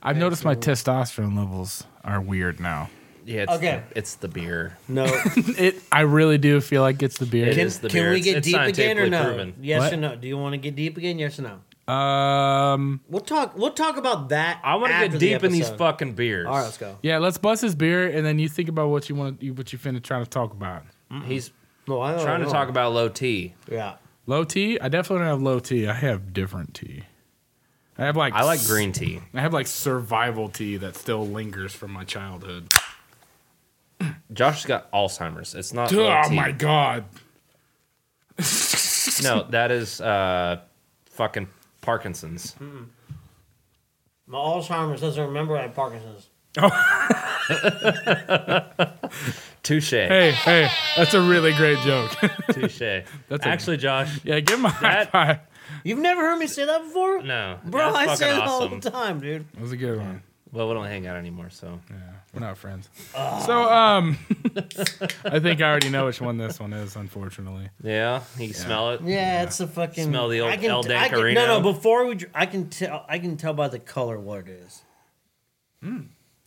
S1: I've noticed my testosterone levels are weird now.
S2: Yeah, it's
S3: Okay.
S2: The, it's the beer.
S3: No.
S1: It. I really do feel like it's the beer.
S2: It
S3: Can,
S2: is the
S3: can
S2: beer.
S3: we
S2: It's-
S3: get
S2: it's
S3: deep again or
S2: scientifically
S3: no?
S2: proven.
S3: Yes
S1: What?
S3: or no? Do you want to get deep again? Yes or no?
S1: Um.
S3: We'll talk. We'll talk about that.
S2: I want to
S3: after
S2: get
S3: the
S2: deep in these
S3: episode.
S2: fucking beers.
S3: All right, let's go.
S1: Yeah, let's bust his beer, and then you think about what you want, you, what you finna try to talk about.
S2: He's
S3: No, Mm-hmm. I don't
S2: trying to
S3: know.
S2: talk about low T.
S3: Yeah,
S1: Low tea? I definitely don't have low tea. I have different tea. I have like
S2: I like
S1: s-
S2: green tea.
S1: I have like survival tea that still lingers from my childhood.
S2: Josh's got Alzheimer's. It's not.
S1: Duh,
S2: low
S1: oh
S2: T.
S1: my god!
S2: No, that is uh, fucking Parkinson's.
S3: my Alzheimer's doesn't remember I have Parkinson's.
S2: Touche.
S1: Hey, hey, that's a really great joke.
S2: Touche. That's
S1: a-
S2: actually Josh.
S1: yeah, give him a high
S2: That-
S1: five.
S3: You've never heard me say that before,
S2: No,
S3: bro.
S2: that's
S3: I
S2: fucking
S3: say that all
S2: awesome.
S3: the time, dude.
S1: That was a good one.
S2: Well, we don't hang out anymore, so
S1: Yeah, we're not friends. So, um, I think I already know which one this one is. Unfortunately,
S2: yeah, you smell it.
S3: Yeah, it's a fucking
S2: Smell the old
S3: I can,
S2: El
S3: I can, no, no.
S2: Dancarino.
S3: Before we, dr- I can tell. I can tell by the color what it is.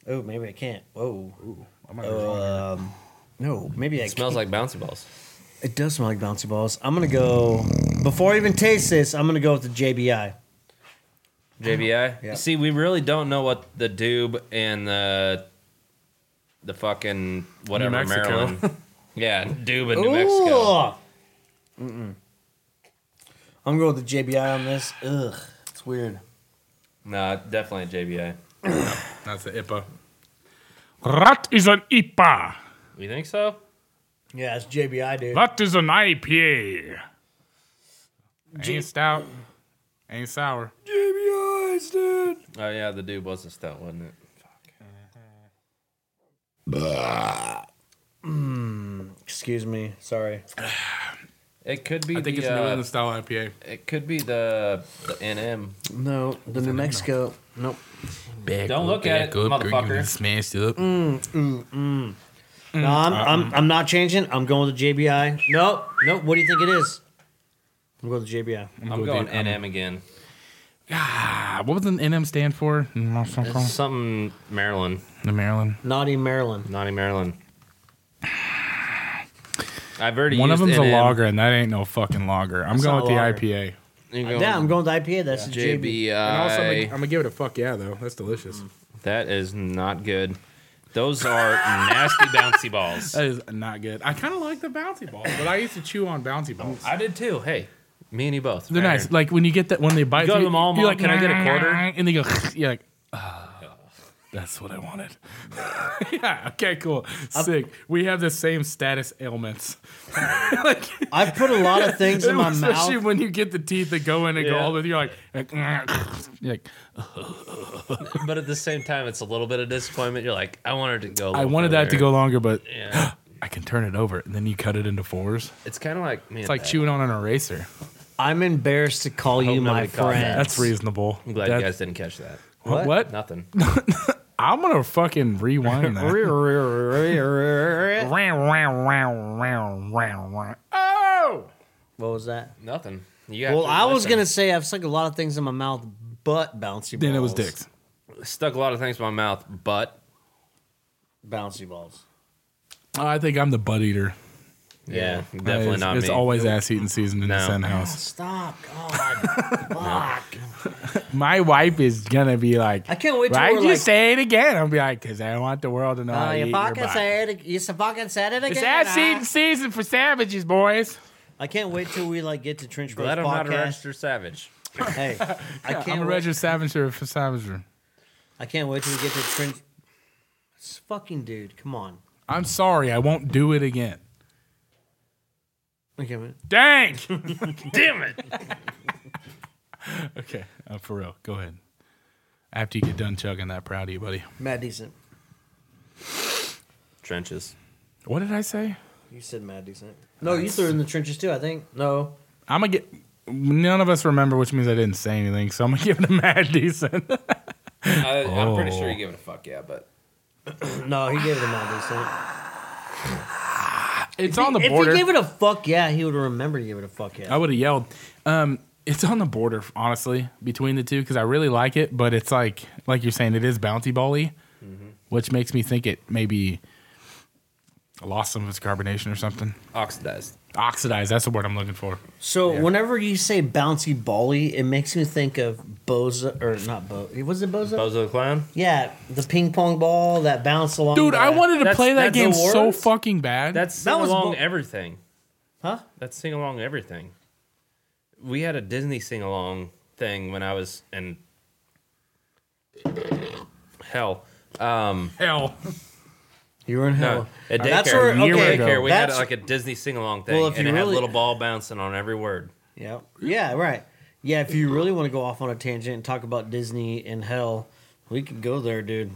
S3: Oh, maybe I can't. Whoa.
S1: Hmm. I might be wrong.
S3: Um, no, maybe I
S2: It smells
S3: can't.
S2: like bouncy balls.
S3: It does smell like bouncy balls. I'm gonna go before I even taste this. I'm gonna go with the JBI.
S2: JBI.
S3: Yeah.
S2: See, we really don't know what the dube and the the fucking whatever
S1: Mexico.
S2: Maryland. yeah, dube in New Mexico.
S3: Ugh. Mm-mm. I'm going with the JBI on this. Ugh, it's weird.
S2: No, definitely JBI.
S1: That's an IPA. That is an IPA.
S2: You think so?
S3: Yeah, it's JBI, dude.
S1: That is an IPA. Ain't stout. Ain't sour.
S3: JBIs, dude.
S2: Oh yeah, the dube was a stout, wasn't it?
S3: Excuse me. Sorry.
S2: It could be
S1: I think
S2: the
S1: it's New
S2: uh,
S1: England style IPA.
S2: it could be the the NM.
S3: No, the New Mexico. Nope.
S2: Don't look at it, motherfucker.
S1: Smashed up.
S3: No, I'm,
S2: Mm.
S3: I'm, I'm not changing. I'm going with the JBI. Nope. Nope. What do you think it is? I'm going with the JBI.
S2: I'm going NM again.
S1: Ah, what would an NM stand for? The
S2: Something Maryland,
S1: Maryland.
S3: Naughty Maryland.
S2: naughty Maryland. I've already
S1: One of
S2: used
S1: them's a
S2: NM.
S1: lager, and that ain't no fucking lager. I'm going
S3: not
S1: with the
S3: lager.
S1: IPA.
S2: You're going
S3: Yeah, I'm going with IPA. That's the JBI.
S2: JBI.
S1: gonna give it a fuck yeah though. That's delicious.
S2: That is not good. Those are nasty bouncy balls.
S1: That is not good. I kind of like the bouncy balls, but I used to chew on bouncy balls.
S2: I did too. Hey, me and you both.
S1: Oh, They're
S2: Right
S1: nice.
S2: here.
S1: Like when you get that when they bite,
S2: go to
S1: you-
S2: the mall,
S1: you're
S2: Mom, can I get a quarter?
S1: And they go, you're like, "Ah, that's what I wanted. yeah. Okay. Cool. Sick. we have the same status ailments. like
S3: I've put a lot of things in my
S1: especially
S3: mouth.
S1: when you get the teeth that go in and go
S2: Yeah.
S1: all with you, like, like, you're like
S2: but at the same time, it's a little bit of disappointment. You're like, I wanted to go. a
S1: I
S2: little
S1: wanted that to
S2: further.
S1: go longer, but
S2: Yeah.
S1: I can turn it over, and then you cut it into fours.
S2: It's kind of like me.
S1: It's like chewing on an eraser.
S3: I'm embarrassed to call you my
S2: nobody caught that.
S3: friend.
S1: That's reasonable.
S2: I'm glad
S1: That-
S2: you guys didn't catch that.
S1: What?
S2: Nothing.
S1: I'm gonna fucking rewind that.
S3: what
S1: oh!
S3: was that?
S2: Nothing. You got
S3: Well, I was gonna say I've stuck a lot of things in my mouth, but bouncy balls.
S1: Then it was dicks.
S2: stuck a lot of things in my mouth, but
S3: Bouncy balls.
S1: I think I'm the butt eater.
S2: yeah,
S1: Uh,
S2: definitely
S1: it's,
S2: not
S1: It's
S2: me.
S1: always ass eating season in the
S2: No.
S1: Sen house.
S3: Stop, God, fuck. uh,
S1: My wife is gonna be like,
S3: I can't wait till
S1: Why'd
S3: we're
S1: you
S3: like-
S1: say it again? I'll be like, because I want the world to know.
S3: Uh,
S1: I eat
S3: you
S1: your
S3: fucking
S1: butt."
S3: said it. You s- fucking said it again.
S1: It's ass
S3: huh?
S1: eating season for savages, boys.
S3: I can't wait till we like get to Trench Bros
S2: Glad I'm not a
S3: podcast.
S2: registered savage.
S3: Hey, I
S1: I'm
S3: can't
S1: a
S3: wait.
S1: registered savager for savager.
S3: I can't wait till we get to Trench. This fucking dude, come on.
S1: I'm sorry, I won't do it again.
S3: Okay, man.
S1: Dang! Damn it! okay, uh, for real, go ahead. After you get done chugging that, proud of you, buddy.
S3: Mad decent.
S2: Trenches.
S1: What did I say?
S3: You said mad decent. No, you threw it in the trenches too. I think. No,
S1: I'm gonna get. None of us remember, which means I didn't say anything. So I'm gonna give it a mad decent.
S2: I, I'm pretty
S1: Oh.
S2: sure you give it a fuck yeah, but
S3: no, he gave it a mad decent.
S1: it's on the
S3: if
S1: border. Oh,
S3: he gave it a fuck yeah, he would remember to give it a fuck yeah.
S1: I would have yelled. Um, it's on the border, honestly, between the two because I really like it, but it's like like you're saying, it is bounty bally, which makes me think it maybe lost some of its carbonation or something.
S2: oxidized.
S1: Oxidized. That's the word I'm looking for.
S3: So whenever you say bouncy bally, it makes me think of Boza or not Bo. Was it Boza?
S2: Bozo the clown.
S3: Yeah, the ping pong ball that bounced along.
S1: Dude,
S3: the-
S1: I wanted to
S2: That's-
S1: play that
S2: that's the
S1: game so
S2: words?
S1: fucking bad.
S2: That's
S3: That
S2: sing
S3: was
S2: along
S3: bo-
S2: everything.
S3: Huh?
S2: That's sing along everything. We had a Disney sing along thing when I was in hell. Um,
S1: hell.
S3: You were in
S2: no,
S3: hell.
S2: at daycare,
S3: That's where.
S1: year
S3: Okay.
S1: ago.
S2: daycare we had
S3: that's-
S2: like a Disney sing along thing,
S3: Well, if
S2: and it
S3: you
S2: had a
S3: really-
S2: little ball bouncing on every word.
S3: Yeah. Yeah. Right. Yeah. If you really want to go off on a tangent and talk about Disney and hell, we could go there, dude.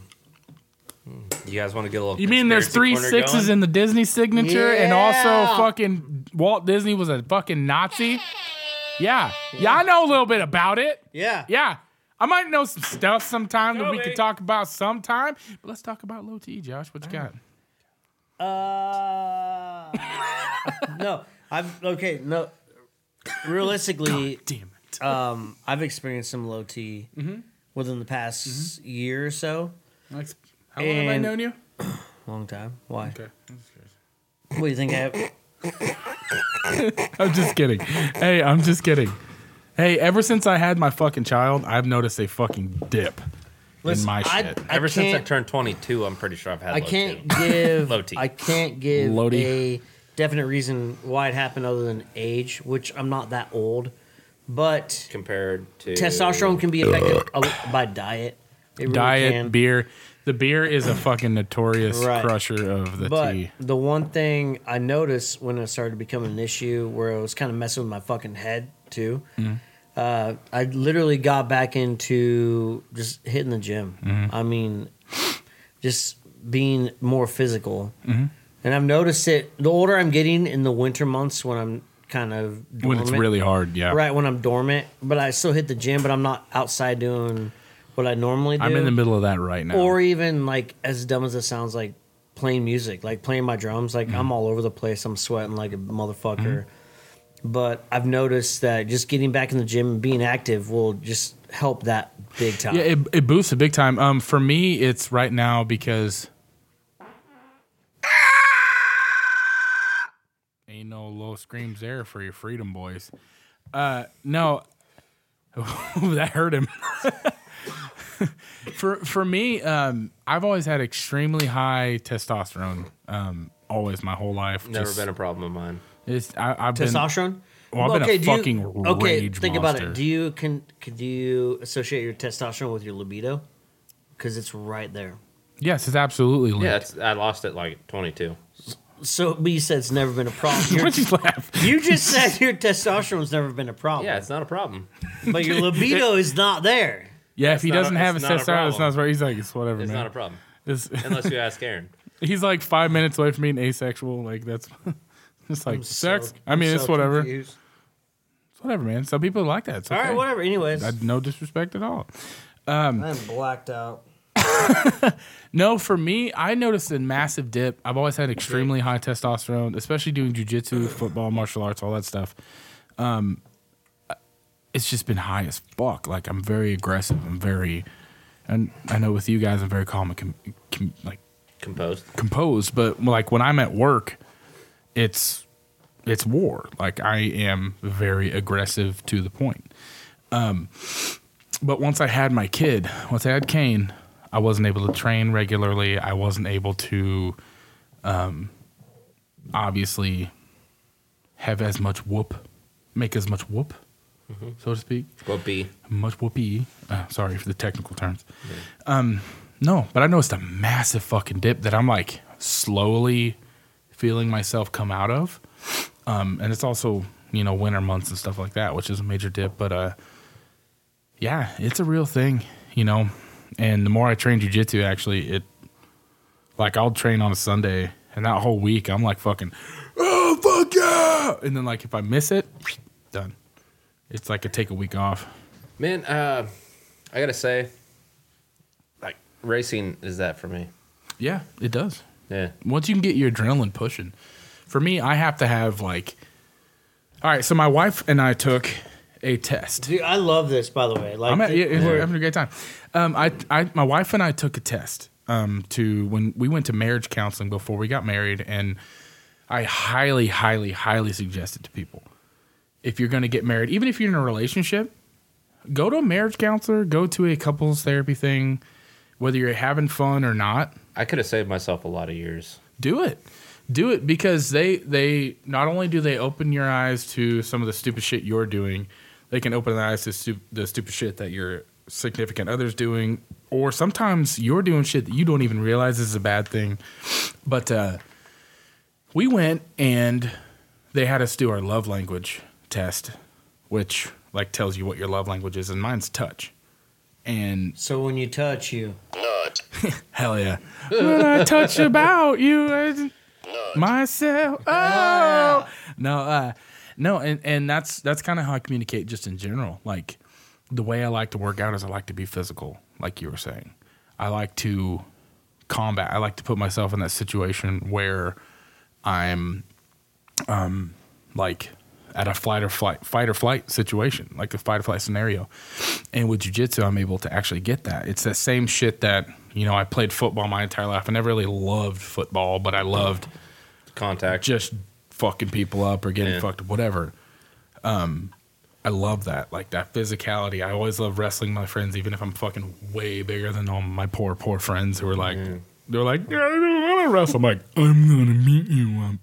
S2: You guys want to get a little?
S1: You mean there's three
S2: conspiracy corner
S1: sixes
S2: going?
S1: in the Disney signature and also
S3: Yeah.
S1: fucking Walt Disney was a fucking Nazi? Yeah. Yeah, I know a little bit about it.
S3: Yeah.
S1: Yeah. I might know some stuff sometime that we
S2: Joey.
S1: could talk about sometime. But let's talk about low T, Josh. What you got?
S3: Uh, no, I'm okay. No, realistically,
S1: Damn it.
S3: um, I've experienced some low T within the past year or so.
S1: Alex, How long have I
S3: and-
S1: known you?
S3: Long time. Why?
S1: Okay.
S3: What do you think? I have?
S1: I'm just kidding. Hey, I'm just kidding. Hey, ever since I had my fucking child, I've noticed a fucking dip in
S3: Listen,
S1: my
S3: I-
S1: shit.
S2: Ever since I
S3: can't-
S2: turned 22, I'm pretty sure I've had.
S3: I
S2: low
S3: can't
S2: T.
S3: give
S2: Low T.
S3: I can't give
S1: Low T.
S3: a definite reason why it happened other than age, which I'm not that old. But
S2: compared to
S3: testosterone can be affected a- by diet. It really
S1: Diet,
S3: can.
S1: beer. The beer is a fucking notorious
S3: Right.
S1: crusher of the
S3: But
S1: tea.
S3: the one thing I noticed when it started becoming an issue, where it was kind of messing with my fucking head too,
S1: Mm.
S3: uh, I literally got back into just hitting the gym.
S1: Mm-hmm.
S3: I mean, just being more physical.
S1: Mm-hmm.
S3: And I've noticed it. The older I'm getting in the winter months, when I'm kind of
S1: When it's
S3: dormant-
S1: really hard, yeah.
S3: right when I'm dormant, but I still hit the gym, but I'm not outside doing what I normally do
S1: I'm in the middle of that right now.
S3: or even like as dumb as it sounds like playing music like playing my drums like
S1: Mm-hmm.
S3: i'm all over the place i'm sweating like a motherfucker
S1: Mm-hmm.
S3: but i've noticed that just getting back in the gym and being active will just help that big time
S1: yeah, it, it boosts it big time. Um, for me, it's right now because ain't no low screams there for your freedom, boys. Uh, no, that hurt him. for for me, um, I've always had extremely high testosterone. Um, always my whole life.
S2: Never
S1: Just-
S2: been a problem of mine.
S1: It's, I, I've been
S3: testosterone
S1: Well, I've been a
S3: do
S1: fucking
S3: okay
S1: rage
S3: think about
S1: monster.
S3: it do you can could you associate your testosterone with your libido because it's right there
S1: Yes, it's absolutely linked.
S2: Yeah, it's, I lost it like 22.
S3: so but you said it's never been a problem Your-
S1: Why'd you laugh?
S3: you just said your testosterone's never been a problem
S2: Yeah, it's not a problem.
S3: but your libido is not there
S1: Yeah, if he
S2: not a-
S1: doesn't have a
S2: it's not a
S1: testosterone, it's
S2: problem.
S1: not right. He's like, it's whatever,
S2: It's
S1: man.
S2: not a problem
S1: It's-
S2: unless you ask Aaron.
S1: he's like five minutes away from being asexual. Like that's just like sex.
S3: So-
S1: I mean,
S3: I'm
S1: it's
S3: so
S1: whatever.
S3: confused.
S1: It's whatever, man. Some people like that. It's
S3: All
S1: okay.
S3: right, whatever. Anyways,
S1: I, no disrespect at all.
S3: I'm blacked out.
S1: No, for me, I noticed a massive dip. I've always had extremely high testosterone, especially doing jujitsu, football, martial arts, all that stuff. Um, it's just been high as fuck. Like I'm very aggressive. I'm very, and I know with you guys, I'm very calm and com, com, like
S2: Composed.
S1: composed, but like when I'm at work, it's it's war. Like I am very aggressive to the point. Um, but once I had my kid, once I had Kane, I wasn't able to train regularly. I wasn't able to, um, obviously, have as much whoop, make as much whoop, so to speak
S2: What B?
S1: much whoopee. Uh, sorry for the technical terms. Um, no, but I noticed a massive fucking dip that I'm like slowly feeling myself come out of. Um, and it's also you know winter months and stuff like that, which is a major dip. But uh, yeah, it's a real thing, you know. And the more I train jujitsu, actually, it like I'll train on a Sunday, and that whole week I'm like fucking, oh fuck yeah! And then like if I miss it, done. It's like I take a week off.
S2: Man, uh, I gotta say, like racing is that for me.
S1: Yeah, it does.
S2: Yeah,
S1: Once you can get your adrenaline pushing, for me, I have to have like, all right. So my wife and I took a test.
S3: Dude, I love this. By the way, like
S1: I'm at, yeah,
S3: we're-
S1: we're having a great time. Um, I, I, my wife and I took a test um, to when we went to marriage counseling before we got married, and I highly, highly, highly suggest it to people. If you're going to get married, even if you're in a relationship, go to a marriage counselor, go to a couples therapy thing, whether you're having fun or not.
S2: I could have saved myself a lot of years.
S1: do it do it because they they not only do they open your eyes to some of the stupid shit you're doing they can open the eyes to stu- the stupid shit that your significant others doing or sometimes you're doing shit that you don't even realize is a bad thing but uh we went and they had us do our love language test which like tells you what your love language is and mine's touch and
S3: so when you touch you,
S1: Hell yeah. when I touch about you I- myself. Oh no, uh no, and, and that's that's kinda how I communicate just in general. Like the way I like to work out is I like to be physical, like you were saying. I like to combat. I like to put myself in that situation where I'm um, like at a flight or flight fight or flight situation, like a fight or flight scenario. And with jujitsu, I'm able to actually get that. It's that same shit that you know I played football my entire life. I never really loved football, but I loved
S2: Contact.
S1: just fucking people up or getting
S2: Yeah.
S1: fucked, whatever. Um, I love that, like that physicality. I always love wrestling my friends, even if I'm fucking way bigger than all my poor, poor friends who are like, they're like, yeah, I don't want to wrestle. I'm like, I'm gonna meet you up.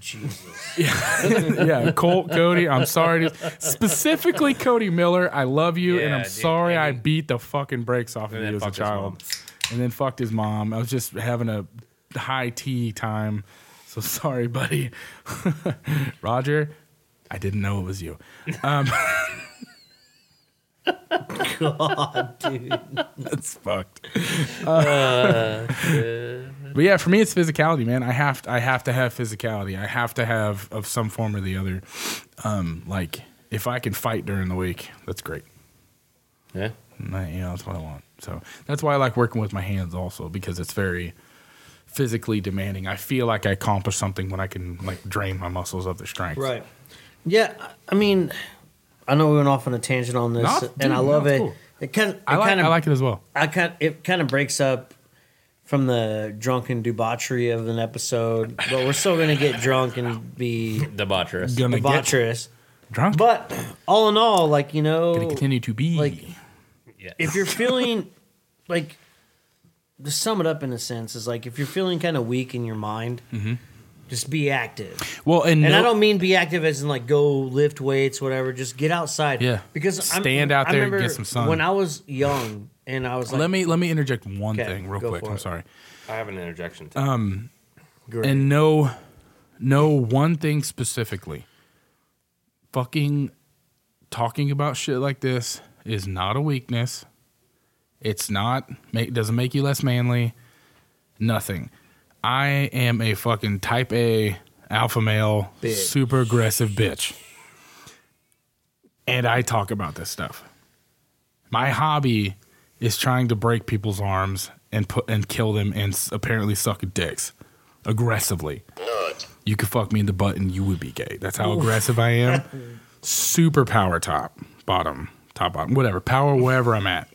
S3: Jesus.
S1: yeah, Colt, Cody, I'm sorry. To, specifically, Cody Miller, I love you, and
S2: Yeah,
S1: I'm
S2: dude,
S1: sorry
S2: and
S1: I
S2: he-
S1: beat the fucking brakes off of
S2: then
S1: you as a
S2: fucked his mom.
S1: child. And then fucked his mom. I was just having a high tea time. So sorry, buddy. Roger, I didn't know it was you.
S3: God, dude.
S1: That's fucked. Uh, but yeah, for me, it's physicality, man. I have I have to have physicality. I have to have of some form or the other. Um, like if I can fight during the week, that's great.
S2: Yeah.
S1: And I- you know, that's what I want. So that's why I like working with my hands also because it's very physically demanding. I feel like I accomplish something when I can like drain my muscles of their strength.
S3: Right. Yeah, I mean, I know we went off on a tangent on this,
S1: No,
S3: and
S1: dude,
S3: I
S1: no,
S3: love
S1: it's
S3: it.
S1: cool.
S3: It kind of,
S1: I like
S3: kind of,
S1: I like it as well.
S3: I kind, it kind of breaks up from the drunken debauchery of an episode, but we're still gonna get drunk and be
S2: Debaucherous.
S1: Gonna get
S3: debaucherous.
S1: drunk.
S3: But all in all, like you
S1: gonna
S3: know,
S1: continue to be
S3: like
S2: Yeah.
S3: if you're feeling like to sum it up in a sense is like if you're feeling kind of weak in your mind, just be active.
S1: well, and,
S3: And
S1: Mm-hmm. no-
S3: I don't mean be active as in like go lift weights, whatever. Just get outside.
S1: Yeah.
S3: Because
S1: Stand out there and get
S3: remember
S1: some sun.
S3: When I was young, and I was like,
S1: let me let me interject one
S3: Okay,
S1: thing real
S3: go
S1: quick.
S3: for
S1: I'm
S3: it.
S1: sorry.
S2: I have an interjection.
S3: great.
S1: and no no one thing specifically fucking talking about shit like this is not a weakness it's not make, doesn't make you less manly nothing i am a fucking type a alpha male
S3: Bitch.
S1: super aggressive bitch and i talk about this stuff my hobby is trying to break people's arms and put and kill them and s- apparently suck dicks aggressively. You could fuck me in the butt and you would be gay. That's how aggressive I am. Super power top, bottom, top bottom, whatever. Power wherever I'm at.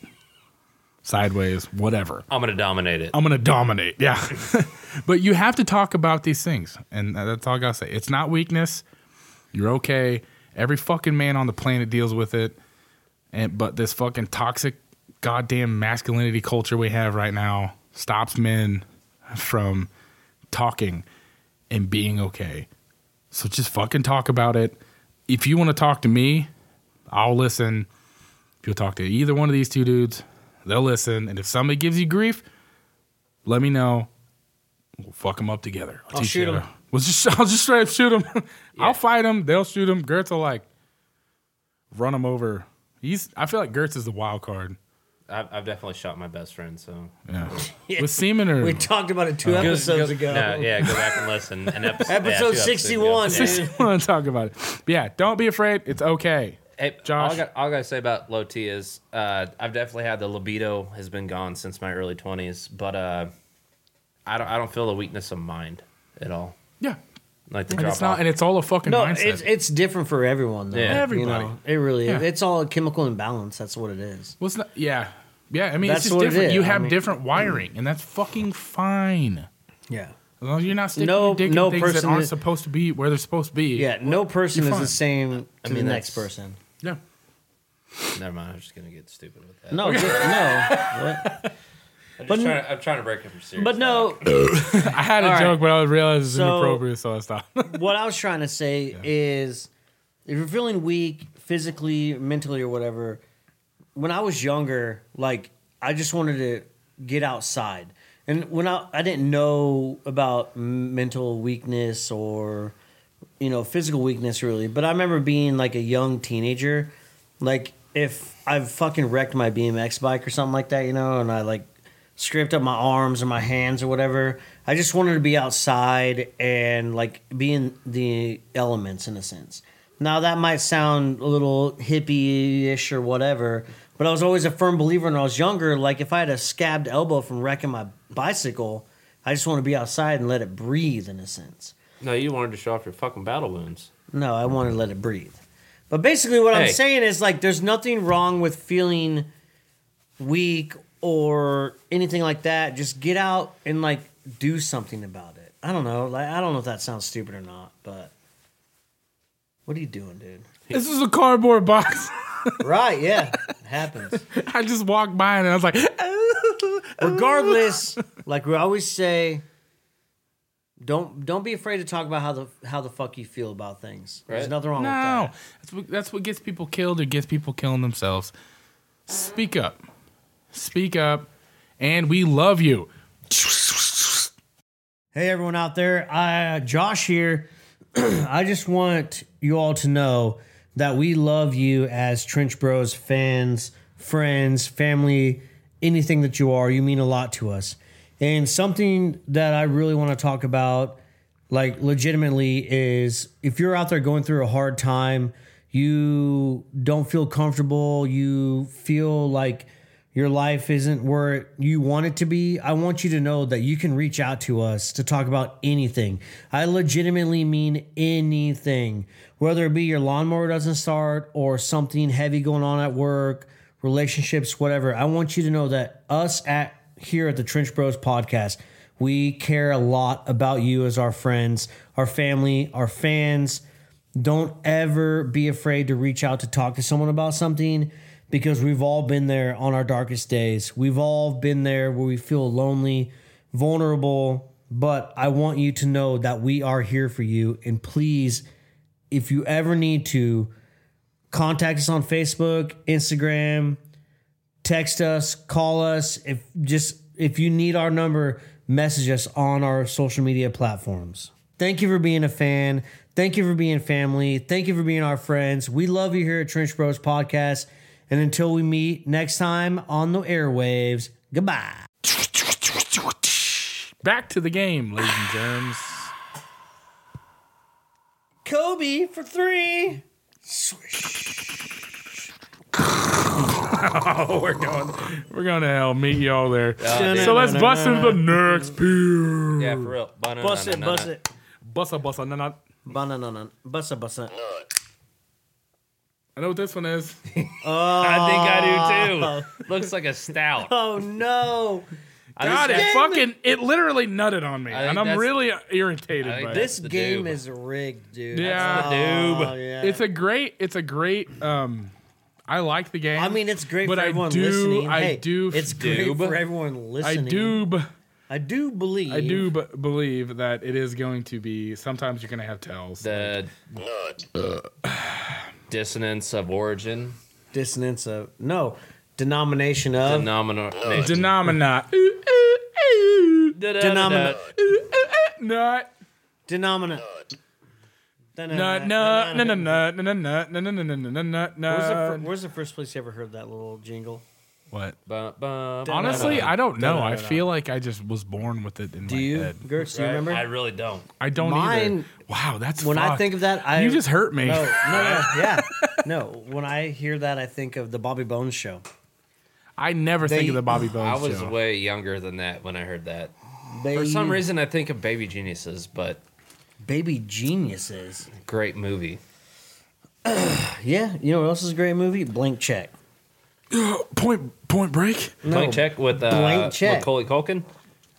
S1: Sideways, whatever.
S2: I'm gonna dominate it.
S1: I'm gonna dominate. Yeah, but you have to talk about these things, and that's all I gotta say. It's not weakness. You're okay. Every fucking man on the planet deals with it, and but this fucking toxic, goddamn masculinity culture we have right now stops men from talking and being okay. So just fucking talk about it. If you want to talk to me, I'll listen. If you'll talk to either one of these two dudes, they'll listen. And if somebody gives you grief, let me know. We'll fuck them up together.
S3: I'll
S1: teach
S3: shoot
S1: you how
S3: 'em.
S1: to- We'll just, I'll just straight up shoot them. I'll fight them. They'll shoot them. Gertz will like run them over. He's. I feel like Gertz is the wild card.
S2: I've, I've definitely shot my best friend. So
S1: Yeah. With semen or
S3: we talked about it two
S1: Uh,
S3: episodes ago.
S2: No, yeah, go back and listen. An episode,
S3: Episode
S2: yeah, two episodes ago.
S3: 61.
S2: Yeah.
S1: I want to talk about it. But yeah, don't be afraid. It's okay.
S2: Hey,
S1: Josh.
S2: All I, got, all I gotta say about low T is uh, I've definitely had the libido has been gone since my early twenties, but uh, I don't I don't feel the weakness of mind at all.
S1: Yeah.
S2: Like the
S1: And
S2: drop
S1: it's not.
S2: off.
S1: And it's all a fucking
S3: No,
S1: mindset.
S3: it's it's different for everyone though.
S2: Yeah.
S1: Everybody.
S3: You know, it really is.
S1: Yeah.
S3: It's all a chemical imbalance. That's what it is.
S1: What's not? Yeah. Yeah. I mean,
S3: That's
S1: it's just
S3: what it
S1: different.
S3: is.
S1: you
S3: I
S1: have
S3: mean-
S1: different wiring, and that's fucking fine.
S3: Yeah.
S1: As long as you're not sticking
S3: No-
S1: your dick
S3: no
S1: in things that
S3: person
S1: aren't
S3: is-
S1: supposed to be where they're supposed to be.
S3: Yeah. No person
S1: you're
S3: is
S1: fine.
S3: the same to
S2: mean,
S3: the next
S2: that's-
S3: person.
S1: Yeah.
S2: Never mind. I'm just gonna get stupid with that.
S3: No. no. What?
S2: I'm, just
S3: but-
S2: trying, I'm trying to break it from serious.
S3: But no.
S1: I had a
S3: All right.
S1: joke, but I realized it's
S3: So-
S1: inappropriate, so I stopped.
S3: what I was trying to say is if you're feeling weak physically, mentally, or whatever, when I was younger, like I just wanted to get outside. And when I, I didn't know about m- mental weakness or, you know, physical weakness really, but I remember being like a young teenager, like if I've fucking wrecked my BMX bike or something like that, you know, and I like scraped up my arms or my hands or whatever. I just wanted to be outside and like be in the elements in a sense. Now that might sound a little hippie-ish or whatever, but I was always a firm believer when I was younger. Like if I had a scabbed elbow from wrecking my bicycle, I just want to be outside and let it breathe in a sense.
S2: no, you wanted to show off your fucking battle wounds.
S3: No, I want to let it breathe. But basically, what I'm
S2: Hey.
S3: saying is like, there's nothing wrong with feeling weak or anything like that. Just get out and like do something about it. I I don't know. Like I don't know if that sounds stupid or not, but what are you doing, dude?
S1: This is a cardboard box.
S3: right? Yeah, it happens.
S1: I just walked by and I was like,
S3: Regardless, like we always say, don't don't be afraid to talk about how the how the fuck you feel about things. There's
S2: Right.
S3: nothing wrong
S1: no.
S3: with that.
S1: That's what, that's what gets people killed or gets people killing themselves. Speak up. Speak up. And we love you.
S3: Hey, everyone out there, uh, Josh here. I just want you all to know that we love you as Trench Bros fans, friends, family, anything that you are. You mean a lot to us. And something that I really want to talk about, like legitimately, is if you're out there going through a hard time, you don't feel comfortable, you feel like your life isn't where you want it to be, I want you to know that you can reach out to us to talk about anything. I legitimately mean anything, whether it be your lawnmower doesn't start or something heavy going on at work, relationships, whatever. I want you to know that us at here at the Trench Bros podcast, we care a lot about you as our friends, our family, our fans don't ever be afraid to reach out to talk to someone about something because we've all been there on our darkest days. We've all been there where we feel lonely, vulnerable, but I want you to know that we are here for you. And please, if you ever need to, contact us on Facebook, Instagram, text us, call us. If just if you need our number, message us on our social media platforms. Thank you for being a fan. Thank you for being family. Thank you for being our friends. We love you here at Trench Bros Podcast. And until we meet next time on the airwaves, goodbye.
S1: Back to the game, ladies and germs.
S3: Kobe for three.
S1: Oh, we're going, we're going to hell. Meet y'all there.
S2: dude.
S1: so let's bust into the next beer.
S2: Yeah, for real.
S3: Bust it, bust it.
S1: Bussa, bussa, nah, nah.
S3: Banana, bust it, bust it.
S1: I know what this one is.
S2: I think I do too. Looks like a stout.
S3: Oh no.
S1: God, it fucking, it literally nutted on me.
S2: think
S1: And I'm
S2: that's-
S1: really irritated
S2: I think
S1: by it.
S3: This
S2: the
S3: game
S2: doob.
S3: is rigged, dude.
S1: Yeah.
S2: That's the
S3: Oh,
S2: doob.
S3: yeah.
S1: It's a great. It's a great. Um, I like the game.
S3: I mean, it's great
S1: but
S3: for
S1: I
S3: everyone
S1: do-
S3: listening.
S1: I
S3: hey,
S1: do
S3: It's
S2: doob.
S3: great for everyone
S1: I
S3: listening.
S1: do. b-
S3: I do believe.
S1: I do b- believe that it is going to be. Sometimes you're going to have tells.
S2: The dissonance of origin.
S3: Dissonance of no denomination of
S2: Denomination.
S1: Denomina. Ooh, ooh, ooh.
S3: Denomina-
S1: Ooh, ooh, oooo. Nut.
S3: denominant.
S1: Nut. Nut. Nut. Nut. Nut. Nut. Nut. Nut. Nut. Nut. Nut. Nut.
S3: Where's the, fir-
S1: Nut.
S3: where's the first place you ever heard that little jingle?
S1: What?
S2: Ba- ba- ba-
S1: Honestly, I don't know. I
S3: Denomina.
S1: feel like I just was born with it in
S3: Do
S1: my
S3: you,
S1: head.
S3: Gertz? Do you remember?
S2: I really don't.
S1: I don't either.
S3: Mine-
S1: Wow, that's
S3: when I
S1: fucked.
S3: think of that, I
S1: you just hurt me.
S3: No, no, no, yeah, no. When I hear that, I think of the Bobby Bones show.
S1: I never
S3: They-
S1: think of the Bobby Bones
S2: I was
S1: show.
S2: way younger than that when I heard that.
S3: They,
S2: For some reason, I think of Baby Geniuses, but
S3: Baby Geniuses.
S2: great movie.
S3: Yeah, you know what else is a great movie? Blank Check.
S1: Point Point Break.
S3: No,
S2: Blank check with uh,
S3: Blank Check.
S2: Macaulay Culkin.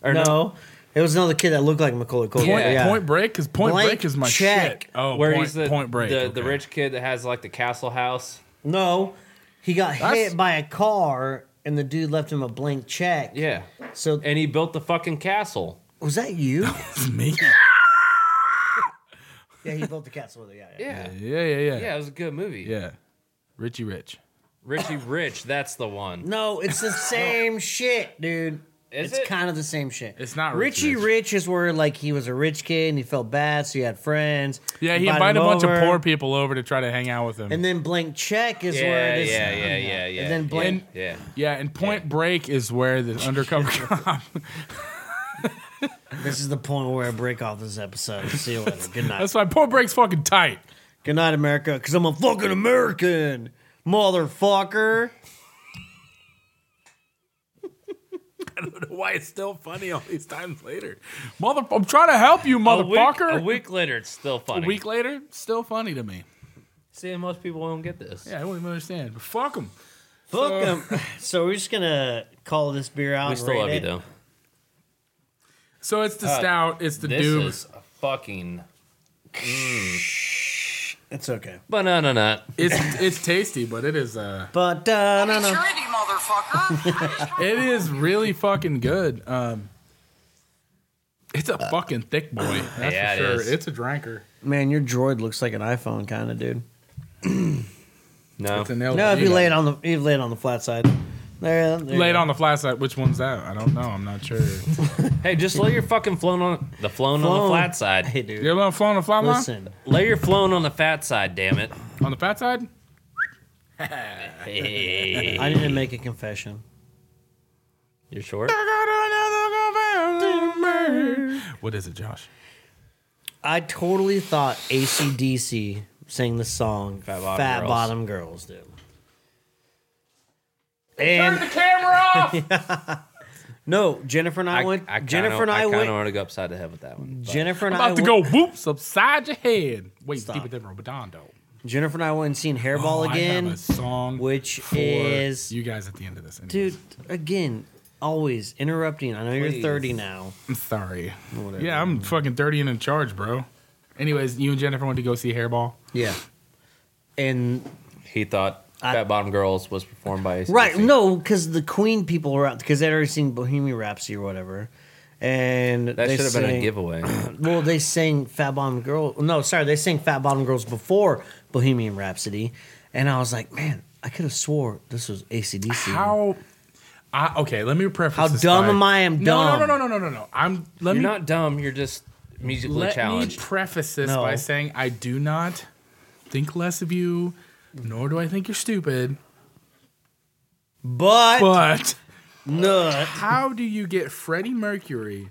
S2: Or
S3: No. it was another kid that looked like Macaulay Culkin.
S1: Point,
S2: Yeah.
S1: point Break because Point
S3: Blank
S1: Break is my
S3: check.
S1: shit. Oh,
S2: Where
S1: point,
S2: he's the
S1: Point Break.
S2: the,
S1: okay.
S2: the rich kid that has like the castle house.
S3: No, he got
S1: That's-
S3: hit by a car, and the dude left him a blank check.
S2: Yeah,
S3: So
S2: and he built the fucking castle.
S3: was that you?
S1: It's me.
S3: yeah, he built the castle with it. Yeah,
S1: Yeah,
S2: Yeah,
S3: yeah.
S1: yeah, yeah,
S2: yeah,
S1: yeah.
S2: it was a good movie.
S1: Richie Rich.
S2: Richie Rich, that's the one.
S3: No, it's the same shit, dude.
S2: Is
S3: it's
S2: it?
S3: kind of the same shit.
S1: It's not Richie
S3: Richie
S1: Rich.
S3: Rich. is where like he was a rich kid and he felt bad, so he had friends.
S1: Yeah, he
S3: Invited
S1: invited a
S3: him
S1: bunch
S3: over.
S1: of poor people over to try to hang out with him.
S3: And then blank check is where
S2: Yeah,
S3: it is.
S2: yeah, yeah, yeah, yeah.
S3: And then blank.
S2: yeah.
S1: yeah, and Point Break is where the undercover cop.
S3: This is the point where I break off this episode. See you later. Good night.
S1: That's why Point Break's fucking tight.
S3: Good night, America, because I'm a fucking American, motherfucker.
S1: Why it's still funny all these times later, mother. I'm trying to help you,
S2: A week,
S1: motherfucker.
S2: a week later, it's still funny.
S1: A week later, still funny to me.
S2: See, most people won't get this.
S1: Yeah, I don't even understand. But fuck him.
S3: Fuck 'em. So we're just gonna call this beer out.
S2: we
S3: and
S2: still
S3: rate
S2: love you
S3: it.
S2: though.
S1: So it's the stout, it's the
S2: Uh, This
S1: doom.
S2: is a fucking
S3: It's okay.
S2: banana nut.
S1: it's it's tasty, but it is uh
S3: But uh, no, no.
S4: Maturity, motherfucker.
S1: it is really fucking good. Um it's a fucking thick boy. That's
S2: Yeah, it
S1: for sure.
S2: is.
S1: It's a drinker.
S3: man, your droid looks like an iPhone kind of dude.
S2: No,
S1: It's an LG.
S3: No, if you lay it on the, if you lay it on the flat side. There, there you
S1: Lay it
S3: go.
S1: on the flat side. Which one's that? I don't know. I'm not sure.
S2: hey, just lay your fucking flown on the flown on the
S3: Flown.
S2: flat side.
S3: Hey, dude.
S1: You ever flown a flat line?
S3: Listen,
S2: Lay your flown on the fat side, damn it.
S1: On the fat side?
S2: Hey,
S3: I need to make a confession.
S2: you're short.
S1: What is it, Josh?
S3: I totally thought ACDC sang the song Fat
S2: Bottom
S3: Bottom,
S2: Girls.
S3: Girls. did. And
S1: the camera off!
S3: no, Jennifer and I,
S2: I,
S3: went.
S2: I kinda,
S3: Jennifer and I,
S2: kind
S3: went.
S2: of want to go upside the head with that one. but-
S3: Jennifer and I
S1: About to
S3: went,
S1: go whoops upside your head. Wait, Steve than Robodondo.
S3: Jennifer and I went and seen Hairball
S1: I
S3: again,
S1: have a song
S3: which
S1: for
S3: is
S1: you guys at the end of this. anyways.
S3: dude again always interrupting. I know
S2: Please.
S3: you're thirty now.
S1: I'm sorry. Yeah, I'm fucking dirty and in charge, bro. Anyways, you and Jennifer went to go see Hairball.
S3: Yeah, and
S2: He thought Fat Bottom Girls was performed by AC/DC.
S3: Right, no, because the Queen people were out because they'd already seen Bohemian Rhapsody or whatever, and
S2: That
S3: they
S2: should have been a
S3: sang-
S2: giveaway.
S3: Well, they sang Fat Bottom Girl. No, sorry, they sang Fat Bottom Girls before Bohemian Rhapsody, and I was like, man, I could have swore this was ACDC.
S1: How? I, okay, let me preface.
S3: How
S1: this
S3: dumb
S1: by-
S3: am I? I'm
S1: No, no,
S3: dumb.
S1: no, no, no, no, no. I'm. Let me
S2: You're not dumb. You're just musically
S1: let
S2: challenged.
S1: me preface this
S3: No.
S1: by saying I do not think less of you, nor do I think you're stupid.
S3: But,
S1: But
S3: nut.
S1: how do you get Freddie Mercury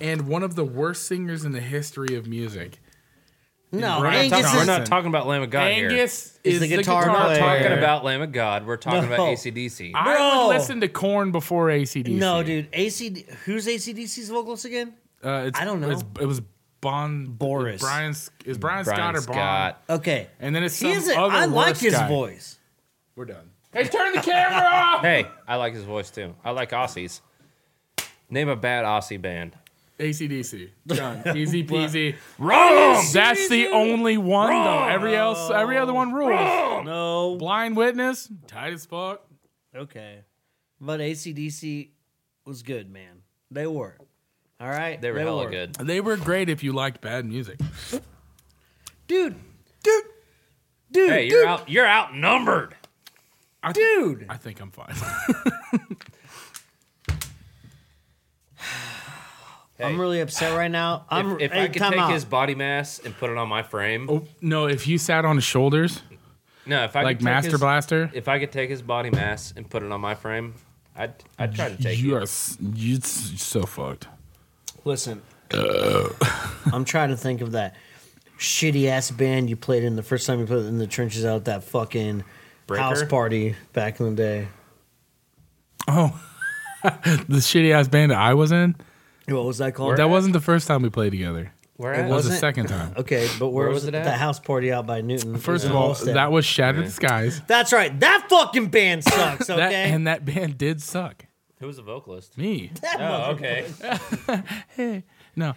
S1: and one of the worst singers in the history of music?
S3: No,
S1: We're not
S3: Angus
S1: talking-
S3: is-
S2: We're not
S1: Listen.
S2: talking about Lamb of God here.
S1: Angus
S3: He's
S1: is
S3: the
S1: the
S3: guitar
S1: guitar,
S2: We're
S1: player.
S3: player.
S2: talking about Lamb of God. We're talking about
S3: No.
S2: ACDC.
S1: I
S3: Bro.
S1: would listen to Corn before ACDC.
S3: no, dude. AC, who's ACDC's vocalist again?
S1: Uh, it's,
S3: I don't know.
S1: It's, it was Bon
S3: Boris.
S1: Brian S- is Brian, Scott
S2: Brian
S1: or Bon?
S2: Scott.
S3: Okay,
S1: And then it's some
S3: he is. a-
S1: other
S3: I like
S1: worse
S3: his
S1: guy.
S3: voice.
S1: We're done. Hey, turn the camera off.
S2: Hey, I like his voice too. I like Aussies. Name a bad Aussie band.
S1: ACDC. Done. Easy peasy.
S2: Wrong.
S1: That's the only one though. Every else, every other one rules.
S3: No,
S1: Blind witness, tight as fuck.
S3: Okay. But ACDC was good, man. They were. All right.
S2: They were hella good.
S1: They were great if you liked bad music.
S3: Dude. Dude. Dude.
S2: Hey,
S3: dude.
S2: you're out. You're outnumbered.
S1: I th-
S3: dude.
S1: I think I'm fine.
S3: I'm really upset right now. I'm
S2: If, if
S3: hey,
S2: I could
S3: time
S2: take
S3: out.
S2: his body mass and put it on my frame,
S1: oh, no, if you sat on his shoulders
S2: no, if I
S1: like
S2: could take
S1: Master
S2: his,
S1: Blaster,
S2: if I could take his body mass and put it on my frame, I'd I'd try to take
S1: you
S2: it.
S1: are s- you s- you're so fucked.
S3: Listen.
S2: Uh.
S3: I'm trying to think of that shitty ass band you played in the first time you played in the trenches out at that fucking house
S2: Breaker?
S3: party back in the day.
S1: Oh, the shitty ass band that I was in.
S3: What was that called?
S1: That wasn't the first time we played together.
S2: Where
S3: It
S2: at?
S1: That was the
S3: Wasn't-
S1: second time.
S3: Okay, but where, was, it at? That house party out by Newton.
S1: First
S3: in
S1: of all,
S3: Halstead.
S1: that was Shattered Skies.
S3: That's right. That fucking band sucks, okay?
S1: That and that band did suck.
S2: Who was the vocalist?
S1: Me.
S2: Oh, okay.
S1: No,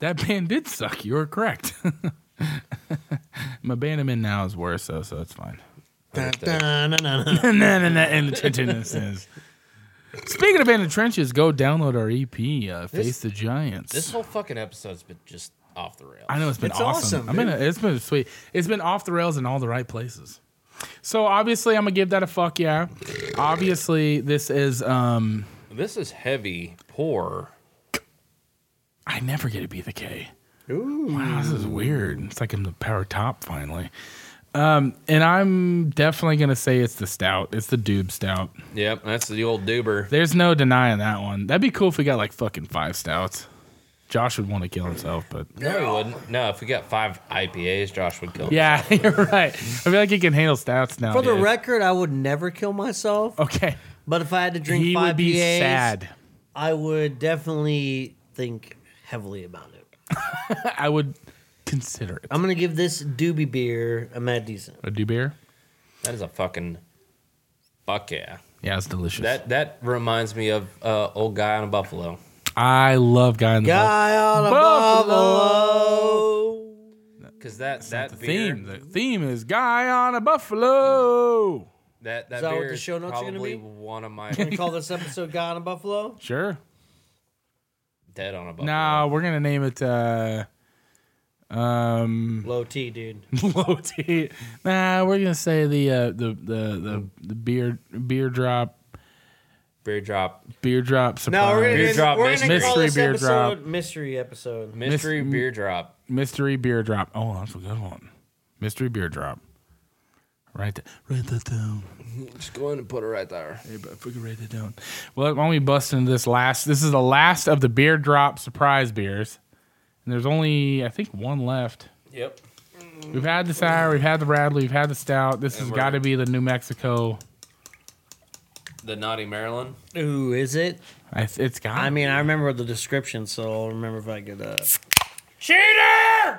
S1: that band did suck. You were correct. My band I'm in now is worse though, so it's fine.
S3: Dun, dun, dun, dun, dun.
S1: and then and then and the trenches is. Speaking of band in trenches, go download our EP, uh, Face the Giants.
S2: This whole fucking episode's been just off the rails.
S1: I know it's been
S3: It's
S1: awesome.
S3: awesome,
S1: I mean, it's been sweet. It's been off the rails in all the right places. So obviously, I'm gonna give that a fuck yeah. Obviously, this is. um
S2: This is heavy, poor.
S1: I never get a B the K. Ooh. Wow, this is weird. It's like I'm the power top finally. Um, and I'm definitely gonna say it's the stout. It's the dube stout.
S2: Yep, that's the old duber.
S1: There's no denying that one. That'd be cool if we got like fucking five stouts. Josh would want to kill himself, but
S2: No, he wouldn't. No, if we got five IPAs, Josh would kill.
S1: yeah, you're right. I feel like he can handle stouts now.
S3: For the record, I would never kill myself,
S1: okay,
S3: but if I had to drink
S1: he
S3: five
S1: would be
S3: BAs,
S1: sad.
S3: I would definitely think heavily about it.
S1: I would consider it
S3: I'm gonna give this doobie beer a mad decent.
S1: a dube beer.
S2: That is a fucking fuck yeah.
S1: Yeah, it's delicious.
S2: That that reminds me of uh, old guy on a buffalo.
S1: I love Guy in the Bottle.
S3: Guy on a
S1: Buffalo.
S3: buffalo.
S2: because that that
S1: The
S2: beer,
S1: theme. The theme is Guy on a Buffalo.
S2: that that
S3: that what
S2: beer
S3: the
S2: is
S3: show notes are gonna
S2: probably
S3: be?
S2: one of my
S3: We call this episode "Guy on a Buffalo."
S1: Sure.
S2: dead on a buffalo.
S1: No, we're gonna name it uh um
S3: Low T, dude.
S1: low T. Nah, we're gonna say the uh the the the, the beer beer drop
S2: beer drop
S1: beer drop
S3: No,
S1: surprise
S3: we're gonna,
S2: Beer drop
S3: we're gonna call
S1: mystery.
S3: this
S1: Mystery beer
S3: episode
S1: drop.
S3: mystery episode.
S2: mystery beer drop.
S1: mystery beer drop. Oh, that's a good one. Mystery beer drop. Right there. Write that down.
S2: Just go in and put it right there.
S1: Hey, but if we can write that down. Well, why don't we bust into this last? This is the last of the beer drop surprise beers, and there's only I think one left.
S2: Yep.
S1: We've had the sour, we've had the Radley, we've had the stout. This has
S2: we're-
S1: got to be the New Mexico.
S2: The naughty Maryland.
S3: Ooh, is it?
S1: I, it's got.
S3: I mean, I remember the description, so I'll remember if I could. Uh,
S1: cheater!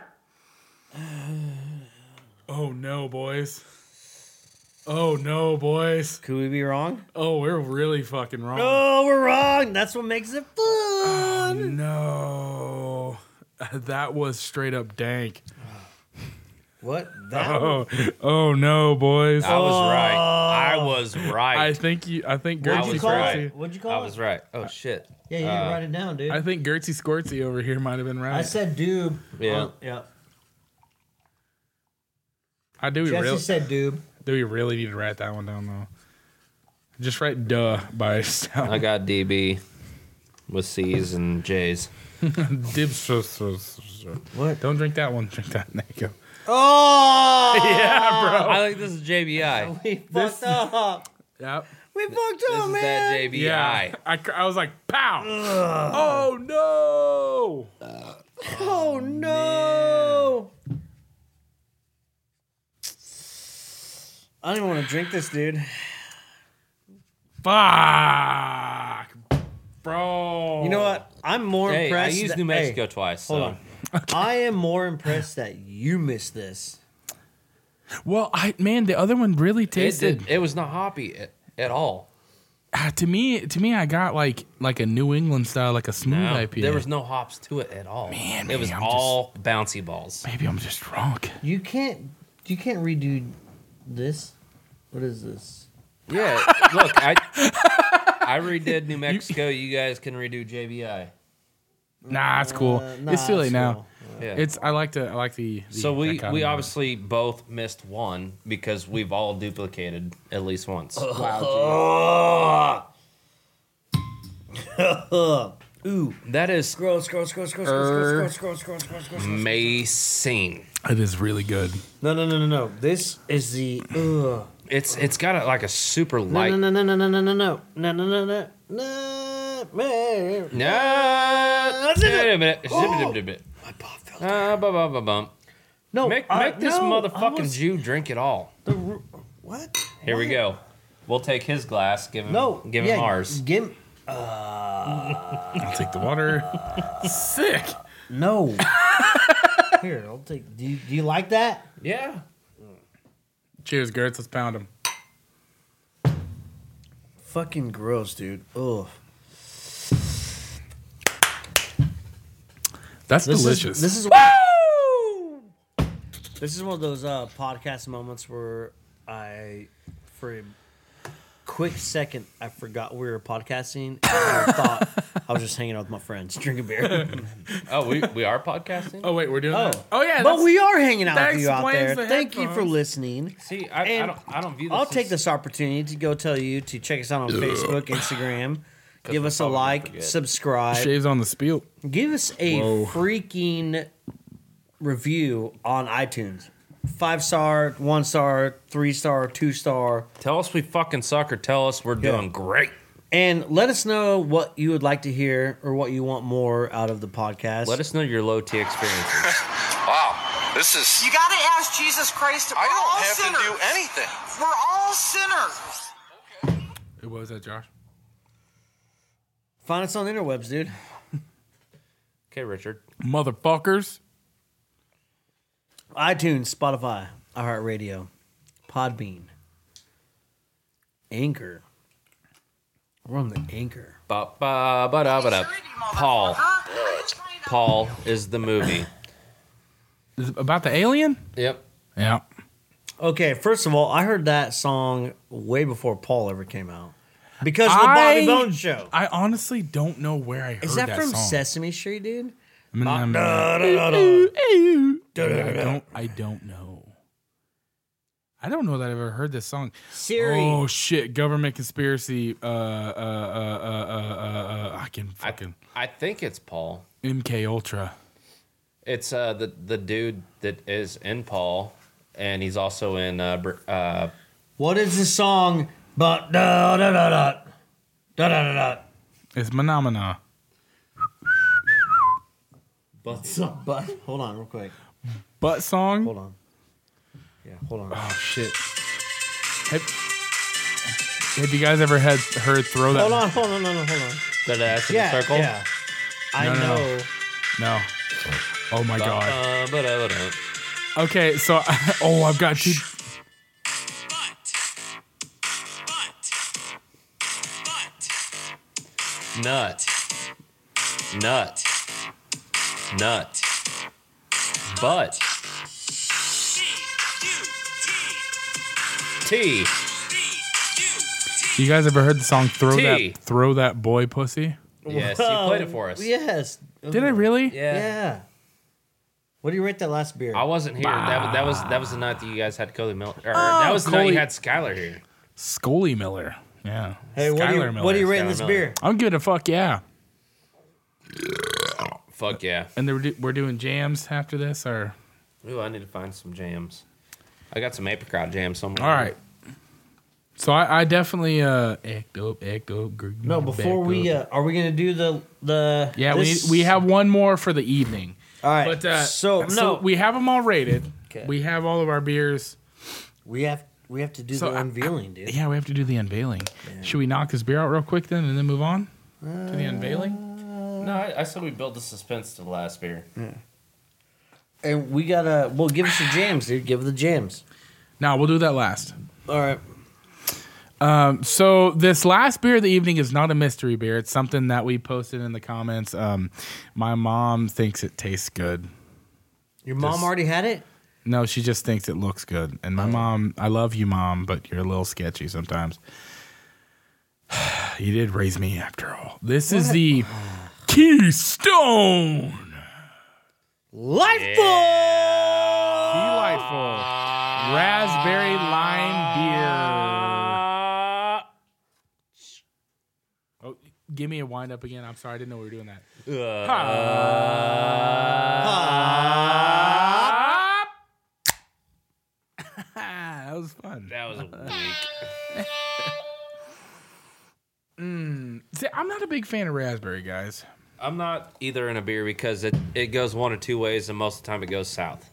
S1: Oh no, boys! Oh no, boys!
S3: could we be wrong?
S1: Oh, we're really fucking wrong.
S3: Oh, we're wrong. That's what makes it fun.
S1: No, that was straight up dank.
S3: What? That
S1: Oh, oh no, boys!
S2: I was right. I was right.
S1: I think you. I think
S2: I
S1: Gertzy
S2: was
S3: call
S2: right.
S1: Scortsy.
S3: What'd you call
S2: I
S3: it?
S2: was right. Oh shit.
S3: Yeah, you didn't
S2: Uh,
S3: write it down, dude.
S1: I think Gertzy Scortsy over here might have been right.
S3: I
S1: I,
S3: said doob.
S2: Yeah.
S3: Oh, yeah.
S1: do. We
S3: Jesse
S1: really
S3: said doob.
S1: do. We really need to write that one down though. Just write "duh" by sound.
S2: I got DB with C's and J's.
S1: Dibs. so- so- so- so.
S3: What?
S1: Don't drink that one. Drink that. There you go.
S3: Oh!
S1: Yeah, bro.
S2: I think this is JBI.
S3: We fucked up.
S1: Yep.
S3: We fucked
S2: This
S3: up,
S2: is that
S3: man.
S2: JBI.
S1: Yeah. I, cr- I was like, pow. Oh no.
S3: Oh no! I don't even want to drink this, dude.
S1: Fuck, bro.
S3: You know what? I'm more
S2: Oh. Hey, I
S3: impressed.
S2: used
S3: that-
S2: New Mexico
S3: Hey,
S2: twice. So.
S3: hold on. I am more impressed that you missed this.
S1: Well, I man, the other one really
S2: It,
S1: tasted.
S2: did, it was not hoppy at, at all.
S1: Ah, to me, to me, I got like like a New England style, like a smooth
S2: No,
S1: IPA.
S2: There was no hops to it at all.
S1: Man,
S2: it was
S1: man, I'm
S2: all bouncy balls.
S1: Maybe I'm just drunk.
S3: You can't. You can't redo this. What is this?
S2: Yeah, look, I I redid New Mexico. You guys can redo JBI.
S1: Nah, it's cool.
S3: Uh, nah,
S1: it's too late
S3: it's
S1: now.
S3: cool.
S2: Yeah.
S1: It's I like to I like the. the
S2: so we
S1: dichotomy.
S2: we obviously both missed one because we've all duplicated at least once.
S3: Ooh,
S2: That is
S3: scroll, scroll, scroll, scroll,
S2: Er-
S3: scroll, scroll, scroll, scroll, scroll, scroll, scroll.
S2: amazing.
S1: it is really good.
S3: No, no, no, no, no. This is the. Ugh.
S2: It's it's got a, like a super light.
S3: No, no, no, no, no, no, no, no, no, no, no, no, no, no.
S2: No,
S3: That's it.
S2: Wait a minute. Zip it.
S3: My paw fell.
S2: Ah, bum, bum, bum, bum.
S3: No,
S2: Make
S3: I-
S2: make this
S3: no,
S2: motherfucking
S3: almost
S2: Jew drink it all.
S3: the ru- what?
S2: Here we
S3: What?
S2: go. We'll take his glass. Give him
S3: No,
S2: give him
S3: yeah,
S2: ours.
S3: Give
S1: I'll take the water. Sick.
S3: no. Here, I'll take. Do you, do you like that?
S2: Yeah.
S1: Cheers, Gertz. Let's pound them.
S3: Fucking gross, dude. Ugh.
S1: That's
S3: This
S1: delicious.
S3: Is, this is. Woo! This is one of those uh, podcast moments where I, for a quick second, I forgot we were podcasting. And I thought I was just hanging out with my friends, drinking beer.
S2: Oh, we, we are podcasting.
S1: oh wait, we're doing.
S3: Oh.
S1: that? oh yeah.
S3: but
S1: that's-
S3: we are hanging out
S1: that
S3: with you out
S1: explains
S3: there.
S1: the
S3: Thank you for
S1: headphones.
S3: listening.
S2: See, I, I
S3: And
S2: don't I don't view. This
S3: I'll
S2: as-
S3: take this opportunity to go tell you to check us out on Facebook, Instagram. Give
S2: we're
S3: us a
S2: probably gonna
S3: like,
S2: forget.
S3: subscribe.
S1: shaves on the spiel.
S3: Give us a
S1: Whoa.
S3: freaking review on iTunes. Five star, one star, three star, two star.
S2: Tell us we fucking suck or tell us we're
S3: Yeah.
S2: doing great.
S3: And let us know what you would like to hear or what you want more out of the podcast.
S2: Let us know your low T experiences.
S5: Wow, this is.
S6: You got to ask Jesus Christ. We're
S5: I
S6: all
S5: don't have
S6: sinners.
S5: to do anything.
S6: We're all sinners.
S1: It was that Josh.
S3: Find us on the interwebs, dude.
S2: okay, Richard.
S1: Motherfuckers.
S3: iTunes, Spotify, iHeartRadio, Podbean, Anchor, We're on the anchor.
S2: Ba ba ba da ba da. Paul. Paul is the movie.
S1: Is it about the alien?
S2: Yep.
S1: Yeah.
S3: Okay, first of all, I heard that song way before Paul ever came out because of the
S1: I-
S3: Bobby Bones show.
S1: I honestly don't know where I heard
S3: Is that, from
S1: song.
S3: Sesame Street, dude?
S1: I, mean, I'm-
S3: Da-da-da-da.
S1: I don't. I don't know. I don't know that I've ever heard this song.
S3: Siri.
S1: Oh shit! Government conspiracy. Uh, uh, uh, uh, uh, uh, I can fucking
S2: I think it's Paul.
S1: MK Ultra.
S2: It's uh the the dude that is in Paul, and he's also in uh, Br- uh
S3: What is the song? But da da da da da da da.
S1: It's Phenomena.
S2: Butts.
S3: But hold on, real quick.
S1: Butt song.
S3: Hold on. Yeah, hold on.
S1: Oh shit! Have, have you guys ever had heard throw that?
S3: Hold on, hold on, no, no, hold on.
S2: That ass in
S3: Yeah,
S2: a circle.
S3: yeah. I
S1: No, no,
S3: know.
S1: no. No. Oh my god.
S2: Uh, ba-da-ba-da.
S1: Okay, so oh, I've got two.
S2: Nut. Nut. Nut. Butt. T.
S1: You guys ever heard the song "Throw
S2: T.
S1: That Throw That Boy Pussy"?
S2: Yes, you played it for us.
S3: Oh, Yes.
S1: Did I really?
S2: Yeah.
S3: Yeah. What do you rate that last beer?
S2: I wasn't here. That, wa- that was that was the night that you guys had Cody Miller. Or that was the night
S1: Cody-
S2: you had Skylar here.
S1: Scully Miller. Yeah.
S3: hey, what do you,
S1: Skylar
S3: what do you
S1: Miller.
S3: rate this
S2: Skylar Miller.
S3: beer?
S1: I'm good a fuck yeah.
S2: Fuck yeah.
S1: And they were do- we're doing jams after this, or
S2: Ooh, I need to find some jams. I got some apricot jam somewhere.
S1: all right. So I, I definitely uh act up, act up. gr-
S3: No, before
S1: back
S3: we
S1: up.
S3: uh, are we gonna do the the
S1: yeah,
S3: this-
S1: we we have one more for the evening.
S3: all right.
S1: But uh,
S3: so no, we,
S1: we have them all rated.
S3: 'Kay.
S1: We have all of our beers.
S3: have we have to do
S1: So
S3: the
S1: I-
S3: unveiling, dude.
S1: Yeah, we have to do the unveiling. Should we knock this beer out real quick then, and then move on to the
S3: Uh.
S1: unveiling?
S2: No, I, I said we build the suspense to the last beer.
S3: And we gotta well, give us your jams, dude. Give the jams.
S1: No, we'll do that last.
S3: All right.
S1: So this last beer of the evening is not a mystery beer. It's something that we posted in the comments. Um, my mom thinks it tastes good.
S3: Your mom already had it.
S1: No, she just thinks it looks good. And my mom, I love you, mom, but you're a little sketchy sometimes. you did raise me after all. This is the Keystone.
S3: Life
S1: Delightful raspberry lime beer. Oh, give me a wind up again. I'm sorry, I didn't know we were doing that. Ah, that was fun.
S2: That was weak.
S1: See, I'm not a big fan of raspberry, guys.
S2: I'm not either in a beer because it, it goes one or two ways, and most of the time it goes south.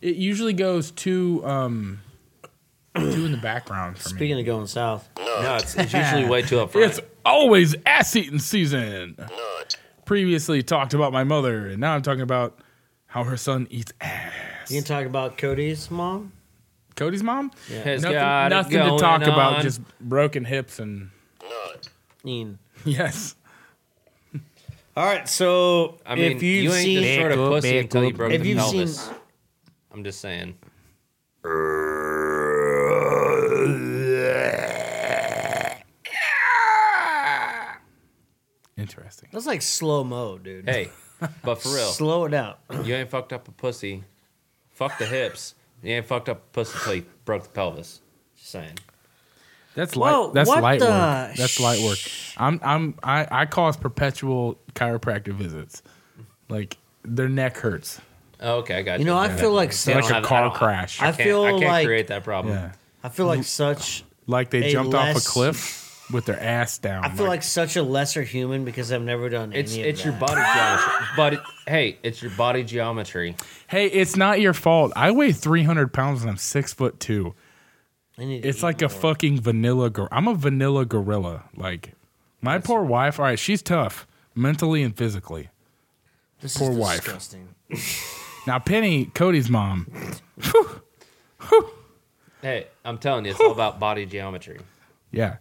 S1: It usually goes two, um, two in the background for me.
S3: Speaking of going south,
S2: No, it's, it's usually way too up front.
S1: It's always ass eating season. Previously talked about my mother, and now I'm talking about how her son eats ass.
S3: you can talk about Cody's mom.
S1: Cody's mom?
S2: Has got
S1: Nothing, nothing
S2: it
S1: to
S2: going
S1: talk about,
S2: on.
S1: just broken hips and.
S3: Ian.
S1: Yes.
S3: All right, so
S2: I mean,
S3: if
S2: you
S3: you've
S2: ain't
S3: seen
S2: this short of
S1: Back up,
S2: pussy
S1: back
S2: until you
S1: up.
S2: broke
S3: If
S2: the
S3: you've
S2: pelvis.
S3: seen-
S2: I'm just saying.
S1: Interesting.
S3: that's like slow mo, dude.
S2: Hey, but for real,
S3: slow it down.
S2: you ain't fucked up a pussy. Fuck the hips. You ain't fucked up a pussy until you broke the pelvis. Just saying.
S1: That's
S3: Whoa,
S1: light. That's
S3: what
S1: light
S3: the
S1: work. That's light work. I'm. I'm. I. I cause perpetual chiropractic visits. Like their neck hurts.
S2: Oh, okay, I got you.
S3: You know, I feel
S2: I
S3: like
S1: Like
S3: such.
S2: don't
S1: a
S2: have- I
S1: car
S2: don't-
S1: crash.
S3: I
S2: I can't,
S3: feel
S2: I can't
S3: like
S2: create that problem.
S1: yeah.
S3: I feel
S2: Mm.
S3: like such.
S1: Like they
S3: A
S1: jumped off
S3: less-
S1: a cliff with their ass down.
S3: I feel like such a lesser human because I've never done
S2: It's
S3: any of
S2: it's your
S3: that.
S2: body geometry. But it- hey, it's your body geometry.
S1: hey, it's not your fault. I weigh 300 pounds and I'm six foot two.
S3: I need to
S1: It's
S3: eat
S1: like a
S3: more.
S1: fucking vanilla. Gor- I'm a vanilla gorilla. Like my poor wife. All right, she's tough mentally and physically.
S3: This
S1: poor
S3: is
S1: wife.
S3: disgusting.
S1: Now Penny, Cody's mom.
S2: Hey, I'm telling you, it's all about body geometry.
S1: Yeah.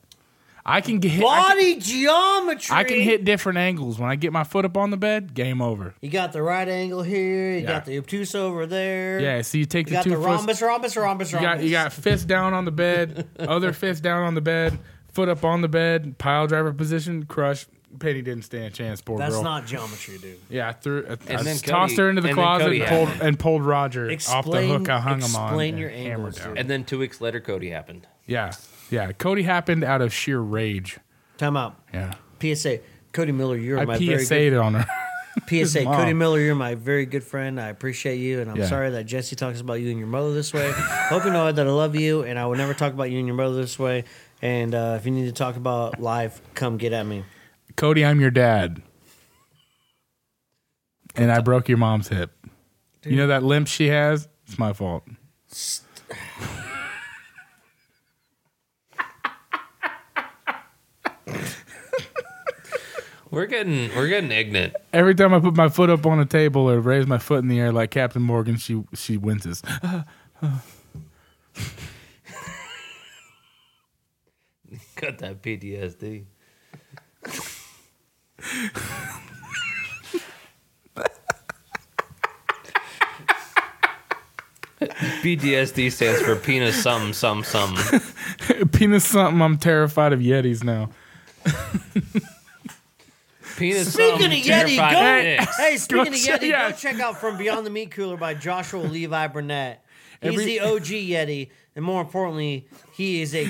S1: I can get hit. I can,
S3: Body geometry.
S1: I can hit different angles. When I get my foot up on the bed, game over.
S3: You got the right angle here. You
S1: Yeah.
S3: got the obtuse over there.
S1: Yeah, so you take
S3: You
S1: the
S3: got
S1: two
S3: the
S1: foots.
S3: rhombus, rhombus, rhombus, rhombus.
S1: You got you got fist down on the bed, other fist down on the bed, foot up on the bed, pile driver position, crush. Penny didn't stand a chance. Poor
S3: That's
S1: girl.
S3: not geometry, dude.
S1: yeah, I threw. I, I
S2: then
S1: tossed
S2: Cody-
S1: her into the
S2: and then
S1: closet
S2: Cody
S1: and pulled,
S2: happened.
S1: and pulled Roger off the
S3: Explain-
S1: hook I hung him on.
S3: explain
S1: and
S3: your
S1: hammered
S3: angles,
S1: down.
S3: dude.
S2: And then two weeks later, Cody happened.
S1: Yeah, yeah. Cody happened out of sheer rage.
S3: Time out.
S1: Yeah,
S3: PSA. Cody Miller, you're
S1: I
S3: my very
S1: PSA'd on her.
S3: good, PSA.
S1: mom.
S3: Cody Miller, you're my very good friend. I appreciate you, and I'm
S1: Yeah.
S3: sorry that Jesse talks about you and your mother this way. Hope you know that I love you, and I will never talk about you and your mother this way. And uh, if you need to talk about life, come get at me.
S1: Cody, I'm your dad, and I broke your mom's hip. You know that limp she has? It's my fault.
S2: We're getting we're getting ignorant.
S1: Every time I put my foot up on a table or raise my foot in the air like Captain Morgan, she she winces.
S2: Got that PTSD. PTSD stands for penis something some some.
S1: Penis something. I'm terrified of Yetis now.
S2: Penis
S3: Speaking
S2: something,
S3: of Yeti,
S2: terrified
S3: go.
S2: dicks.
S3: Hey, speaking
S1: Go
S3: of
S1: check-
S3: Yeti,
S1: yeah.
S3: go check out From Beyond the Meat Cooler by Joshua Levi Burnett. He's
S1: Every-
S3: the OG Yeti, and more importantly, he is a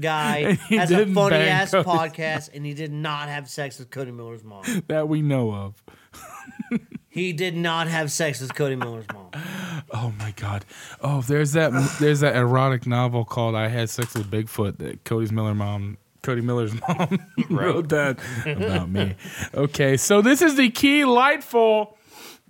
S3: guy.
S1: he
S3: Has a
S1: didn't
S3: funny
S1: bang
S3: ass
S1: Cody's
S3: podcast, and he did not have sex with Cody Miller's mom.
S1: That we know of.
S3: He did not have sex with Cody Miller's mom.
S1: Oh my god. Oh, there's that there's that erotic novel called I Had Sex with Bigfoot that Cody's Miller mom Cody Miller's mom wrote that about me. Okay, so this is the key lightful,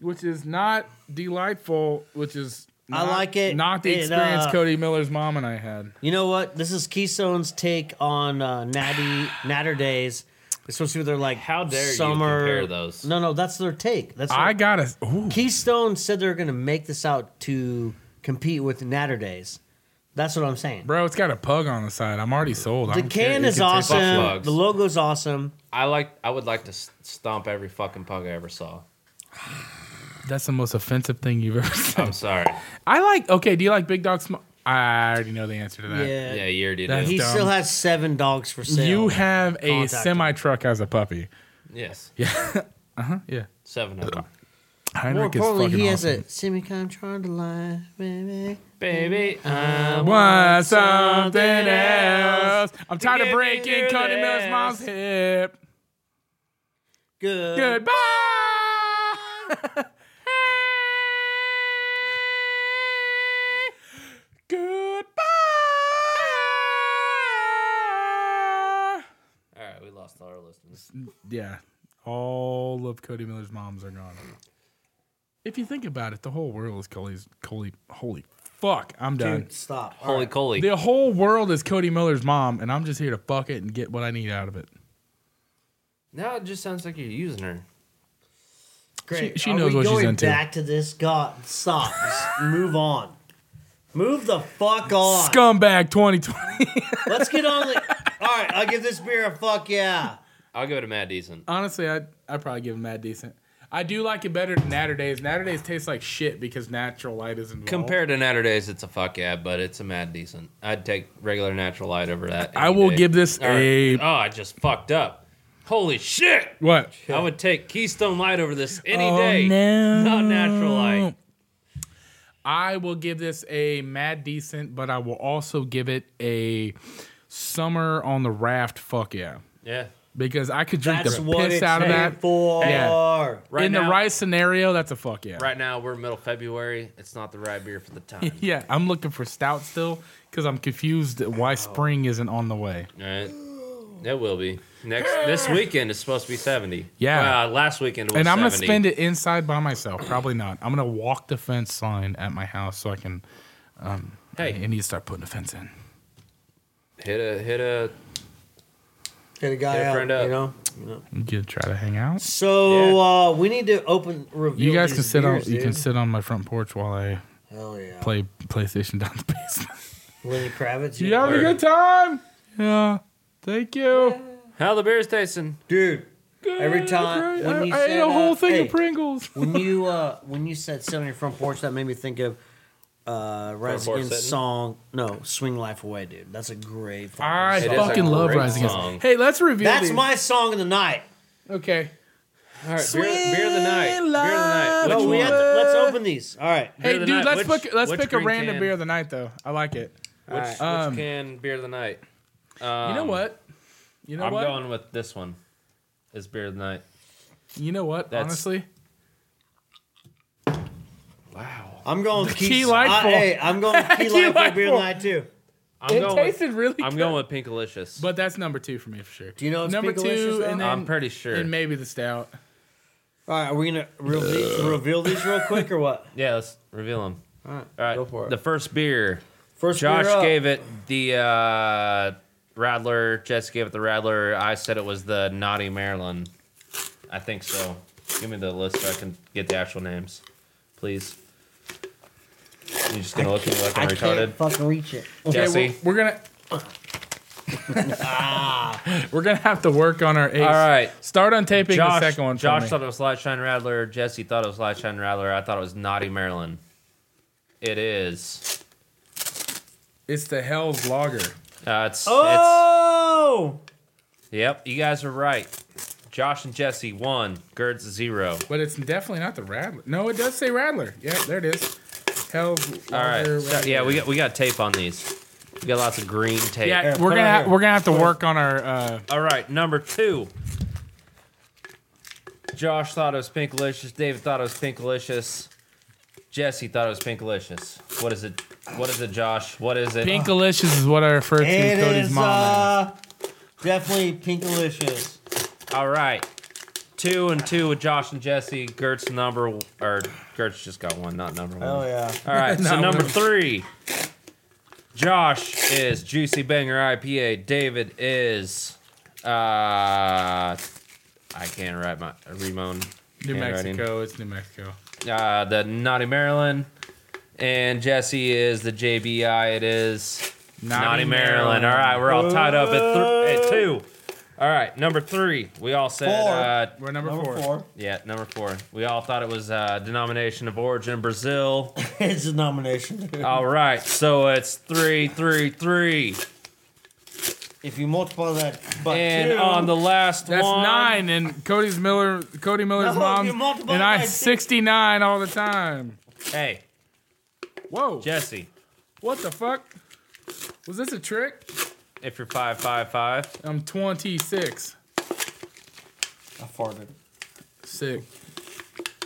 S1: which is not delightful, which is
S3: I
S1: not-
S3: like it.
S1: Not the
S3: It,
S1: experience
S3: uh,
S1: Cody Miller's mom and I had.
S3: You know what? This is Keystone's take on uh, Natty Natter Days. Especially with their like
S2: How dare you
S3: summer.
S2: compare those.
S3: No, no, that's their take. That's
S1: I
S3: their-
S1: got a ooh,
S3: Keystone said they're going to make this out to compete with Natter Days. That's what I'm saying.
S1: bro, it's got a pug on the side. I'm already sold. I
S3: the
S1: don't care.
S3: can
S1: It
S3: is
S1: can take-
S2: off
S3: awesome.
S2: logs.
S3: The logo's awesome.
S2: I like. I would like to s- stomp every fucking pug I ever saw.
S1: That's the most offensive thing you've ever
S2: I'm
S1: said.
S2: sorry.
S1: I like okay, do you like big dog smoke? I already know the answer to that.
S3: Yeah.
S2: Yeah, you already
S1: That's-
S2: did.
S3: He
S1: Dumb.
S3: still has seven dogs for sale.
S1: You have a
S3: Contact him.
S1: semi truck as a puppy.
S2: Yes,
S3: Uh-huh,
S1: Yeah.
S2: seven of them.
S3: More
S1: Heinrich
S3: importantly,
S1: is fucking
S3: he has
S1: awesome.
S3: a semi-contract line, baby.
S2: Baby,
S3: Uh,
S2: um,
S1: Want something else. I'm tired of
S2: give
S1: breaking
S2: you
S1: Cody Miller's
S2: this.
S1: mom's hip.
S3: Good.
S1: Goodbye. Goodbye.
S2: all right, we lost all our listeners.
S1: Yeah. All of Cody Miller's moms are gone. If you think about it, the whole world is Cody's Cody. Holy fuck. I'm done.
S3: Dude, stop. All
S2: Holy
S3: right.
S2: coly!
S1: The whole world is Cody Miller's mom, and I'm just here to fuck it and get what I need out of it.
S2: Now it just sounds like you're using her.
S3: Great.
S1: She- she
S3: Are
S1: knows
S3: we
S1: what she's
S3: going
S1: into.
S3: back to this. God, stop. Just Move on. Move the fuck on.
S1: Scumbag 2020.
S3: Let's get on. The- All right, I'll give this beer a fuck yeah.
S2: I'll give it a mad decent.
S1: Honestly, I'd, I'd probably give him that decent. I do like it better than Natter Days. Natter Days tastes like shit because natural light is involved.
S2: Compared to Natter Days, it's a fuck yeah, but it's a mad decent. I'd take regular natural light over that.
S1: I
S2: any
S1: will
S2: day.
S1: give this
S2: All right.
S1: a-
S2: Oh, I just fucked up. Holy shit!
S1: What?
S2: I would take Keystone Light over this any
S1: Oh,
S2: day.
S1: no.
S2: Not natural light.
S1: I will give this a mad decent, but I will also give it a summer on the raft fuck yeah.
S2: Yeah.
S1: Because I could drink
S3: That's
S1: the
S3: what
S1: piss
S3: it's
S1: out of that.
S3: for.
S1: Yeah.
S2: Right
S1: In the
S2: now-
S1: right scenario, that's a fuck yeah.
S2: Right now we're middle February. It's not the right beer for the time.
S1: Yeah, I'm looking for stout still because I'm confused at why spring isn't on the way.
S2: All right. It will be next. This weekend is supposed to be seventy.
S1: Yeah.
S2: Uh, last weekend it was
S1: And I'm gonna
S2: 70.
S1: spend it inside by myself. Probably not. I'm gonna walk the fence line at my house so I can. I
S2: Hey,
S1: need to start putting a fence in.
S2: hit a hit a.
S3: Get a guy
S2: Get a
S3: out,
S2: friend up.
S3: you know.
S1: You could try to hang out.
S3: So
S2: Yeah.
S3: uh, we need to open review.
S1: You guys
S3: these
S1: can sit on.
S3: beers,
S1: You can
S3: dude.
S1: sit on my front porch while I
S3: Hell yeah.
S1: play PlayStation down the basement.
S3: Lenny Kravitz.
S1: you having a
S2: Word.
S1: good time? Yeah. Thank you.
S2: How the beer's tasting?
S3: dude. Every time
S1: Great.
S3: when you
S1: I, I
S3: said,
S1: ate a whole
S3: uh,
S1: thing
S3: hey,
S1: of Pringles.
S3: when you uh, when you said sit on your front porch, that made me think of uh, Rise
S2: porch
S3: Against
S2: sitting?
S3: song. No, Swing Life Away, dude. That's a great. fucking
S1: I
S2: It
S3: song.
S2: is a
S1: fucking love
S2: great
S1: Rising
S2: song.
S1: Against. Hey, let's review
S3: That's
S1: these.
S3: my song of the night.
S1: Okay.
S2: All right, beer, beer of the night. Beer of the night.
S1: Sweet
S3: No,
S2: Which
S3: we
S2: one?
S3: have to, let's open these. All right.
S2: Beer
S1: hey,
S2: of the
S1: dude,
S2: night.
S1: let's
S2: Which-
S1: pick let's
S2: which
S1: pick a
S2: green
S1: random
S2: can?
S1: beer of the night though. I like it.
S2: Which, which
S1: Um,
S2: can beer of the night?
S1: you know what? You know
S2: Um, I'm
S1: what?
S2: going with this one. Is beer of the night?
S1: you know what?
S2: That's-
S1: Honestly,
S2: Wow.
S3: I'm going with
S1: Key
S3: Keith's-
S1: Lightful.
S3: I, hey, I'm going with Key
S1: Key
S3: Lightful beer
S1: Lightful.
S3: night too.
S2: I'm
S1: it
S2: going
S1: tasted
S2: with,
S1: really.
S2: I'm
S1: good.
S2: going with Pinkalicious.
S1: But that's number two for me for sure. Do
S3: you know it's
S1: number
S3: Pinkalicious,
S1: two,
S3: though?
S1: and then
S2: I'm pretty sure.
S1: and maybe the stout.
S3: All right, are we gonna reveal, reveal these real quick or what?
S2: yeah, let's reveal them.
S3: All right,
S2: All right,
S3: go for it.
S2: The first beer.
S3: First,
S2: Josh
S3: beer up.
S2: gave it the uh, Rattler. Jess gave it the Rattler. I said it was the Naughty Maryland. I think so. Give me the list so I can get the actual names, please. You're just gonna look at me like
S3: I
S2: I'm retarded.
S3: can't fucking reach it.
S2: Jesse.
S1: we're, we're gonna. we're gonna have to work on our eights.
S2: All right.
S1: Start on taping
S2: Josh,
S1: the second one. For
S2: Josh
S1: me.
S2: thought it was Light Shine Rattler. Jesse thought it was Light Shine Rattler. I thought it was Naughty Maryland. It is.
S1: it's the Hell's Lager.
S2: Uh, it's,
S3: Oh,
S2: it's. Yep, you guys are right. Josh and Jesse one, Gerds zero.
S1: But it's definitely not the Rattler. No, it does say Rattler. Yeah, there it is. Hell's
S2: All right.
S1: Lager.
S2: so-
S1: Rattler.
S2: yeah, we got we got tape on these. We got lots of green tape.
S1: Yeah,
S3: put
S1: we're
S3: it
S1: gonna
S3: on
S1: ha-
S3: here.
S1: we're gonna have to work on our. Uh,
S2: All right. Number two. Josh thought it was Pinkalicious. David thought it was Pinkalicious. Jesse thought it was Pinkalicious. What is it? What is it, Josh? What is it?
S1: Pinkalicious is what I refer to
S3: it
S1: Cody's
S3: is
S1: mom. as.
S3: uh, definitely pinkalicious.
S2: All right. Two and two with Josh and Jesse. Gert's number or Gert's just got one, not number one.
S3: Oh yeah.
S2: All right. so
S1: Not
S2: number
S1: one.
S2: three. Josh is Juicy Banger IPA. David is uh I can't write my read my own
S1: New
S2: handwriting.
S1: Mexico. It's New Mexico.
S2: Uh the Naughty Maryland. And Jesse is the JBI. It is Naughty, Maryland. All right, we're all tied up at, th- at two. All right, number three. We all said
S3: Four.
S2: uh,
S1: We're number,
S3: Number
S1: four.
S3: four.
S2: yeah, number four. We all thought it was uh, denomination of origin Brazil.
S3: It's a nomination.
S2: all right, so it's three, three, three,
S3: If you multiply that by
S2: and
S3: two,
S2: on the last
S1: That's
S2: one,
S1: nine, and Cody's Miller, Cody Miller's
S3: No,
S1: mom,
S3: you multiply
S1: and
S3: by
S1: I
S3: six.
S1: sixty nine all the time.
S2: Hey,
S1: Whoa!
S2: Jesse,
S1: What the fuck? Was this a trick?
S2: if you're five, five, five,
S1: I'm twenty six.
S3: I farted.
S1: Sick.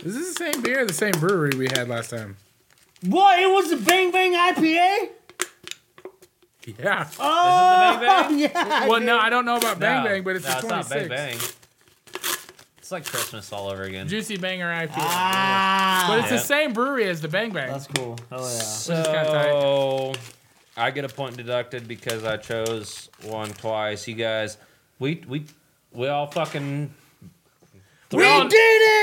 S1: Is this the same beer, or the same brewery we had last time?
S3: What? It was a Bang Bang IPA.
S1: Yeah.
S3: Oh,
S2: is it the Bang Bang?
S3: yeah.
S1: well, no, I don't know about Oh! Bang
S2: No,
S1: Bang, but it's
S2: no,
S1: a
S2: it's not
S1: twenty
S2: Bang
S1: six.
S2: Bang. It's like Christmas all over again.
S1: Juicy Banger IPA.
S3: Ah.
S1: but it's
S2: Yeah.
S1: the same brewery as the Bang Bang.
S3: That's cool. Oh yeah.
S1: kinda
S2: So I get a point deducted because I chose one twice. You guys, we we we all fucking.
S3: We
S1: all-
S3: did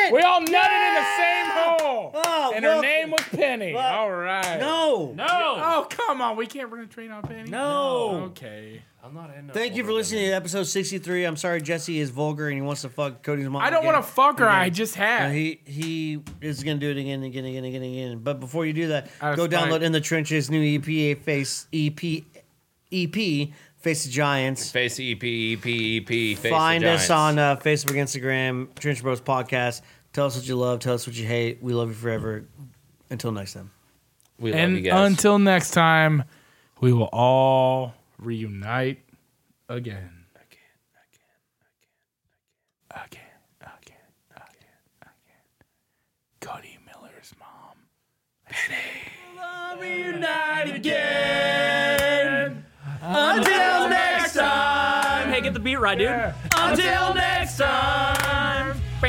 S3: it.
S1: we all nutted in the same hole,
S3: Oh,
S1: and
S3: look.
S1: her name was Penny.
S3: Look.
S1: All right.
S3: No.
S2: No.
S1: Oh come on, we can't run a train on Penny.
S3: No.
S1: Oh. Okay.
S2: I'm not in.
S3: Thank you for listening to episode 63. I'm sorry Jesse is vulgar and he wants to fuck Cody's mom.
S1: I don't
S3: again.
S1: want to fuck her. I
S3: Again.
S1: just
S3: Uh,
S1: have.
S3: he he is gonna do it again and again and again and again and again. But before you do that,
S1: Out of
S3: go
S1: spite.
S3: download in the trenches new EPA face E EP EP face the Giants.
S2: Face E the EP, EP, EP. Face
S3: Find
S2: the
S3: us
S2: Giants.
S3: on uh, Facebook, Instagram, Trench Bros Podcast. Tell us what you love. Tell us what you hate. We love you forever. Until next time.
S2: We love you
S1: And
S2: guys.
S1: until next time, we will all reunite again. Again, again, again, again, again, again. Cody Miller's mom. Reunite again. Until next time.
S7: Hey, get the beat right, dude.
S1: Until next time. We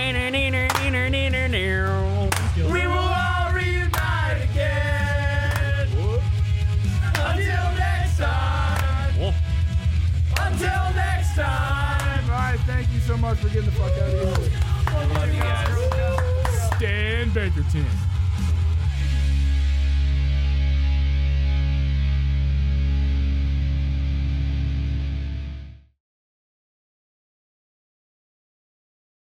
S1: will all reunite again. Until next time. Until next time. All right, thank you so much for getting the fuck out of here. Stan Bakerton.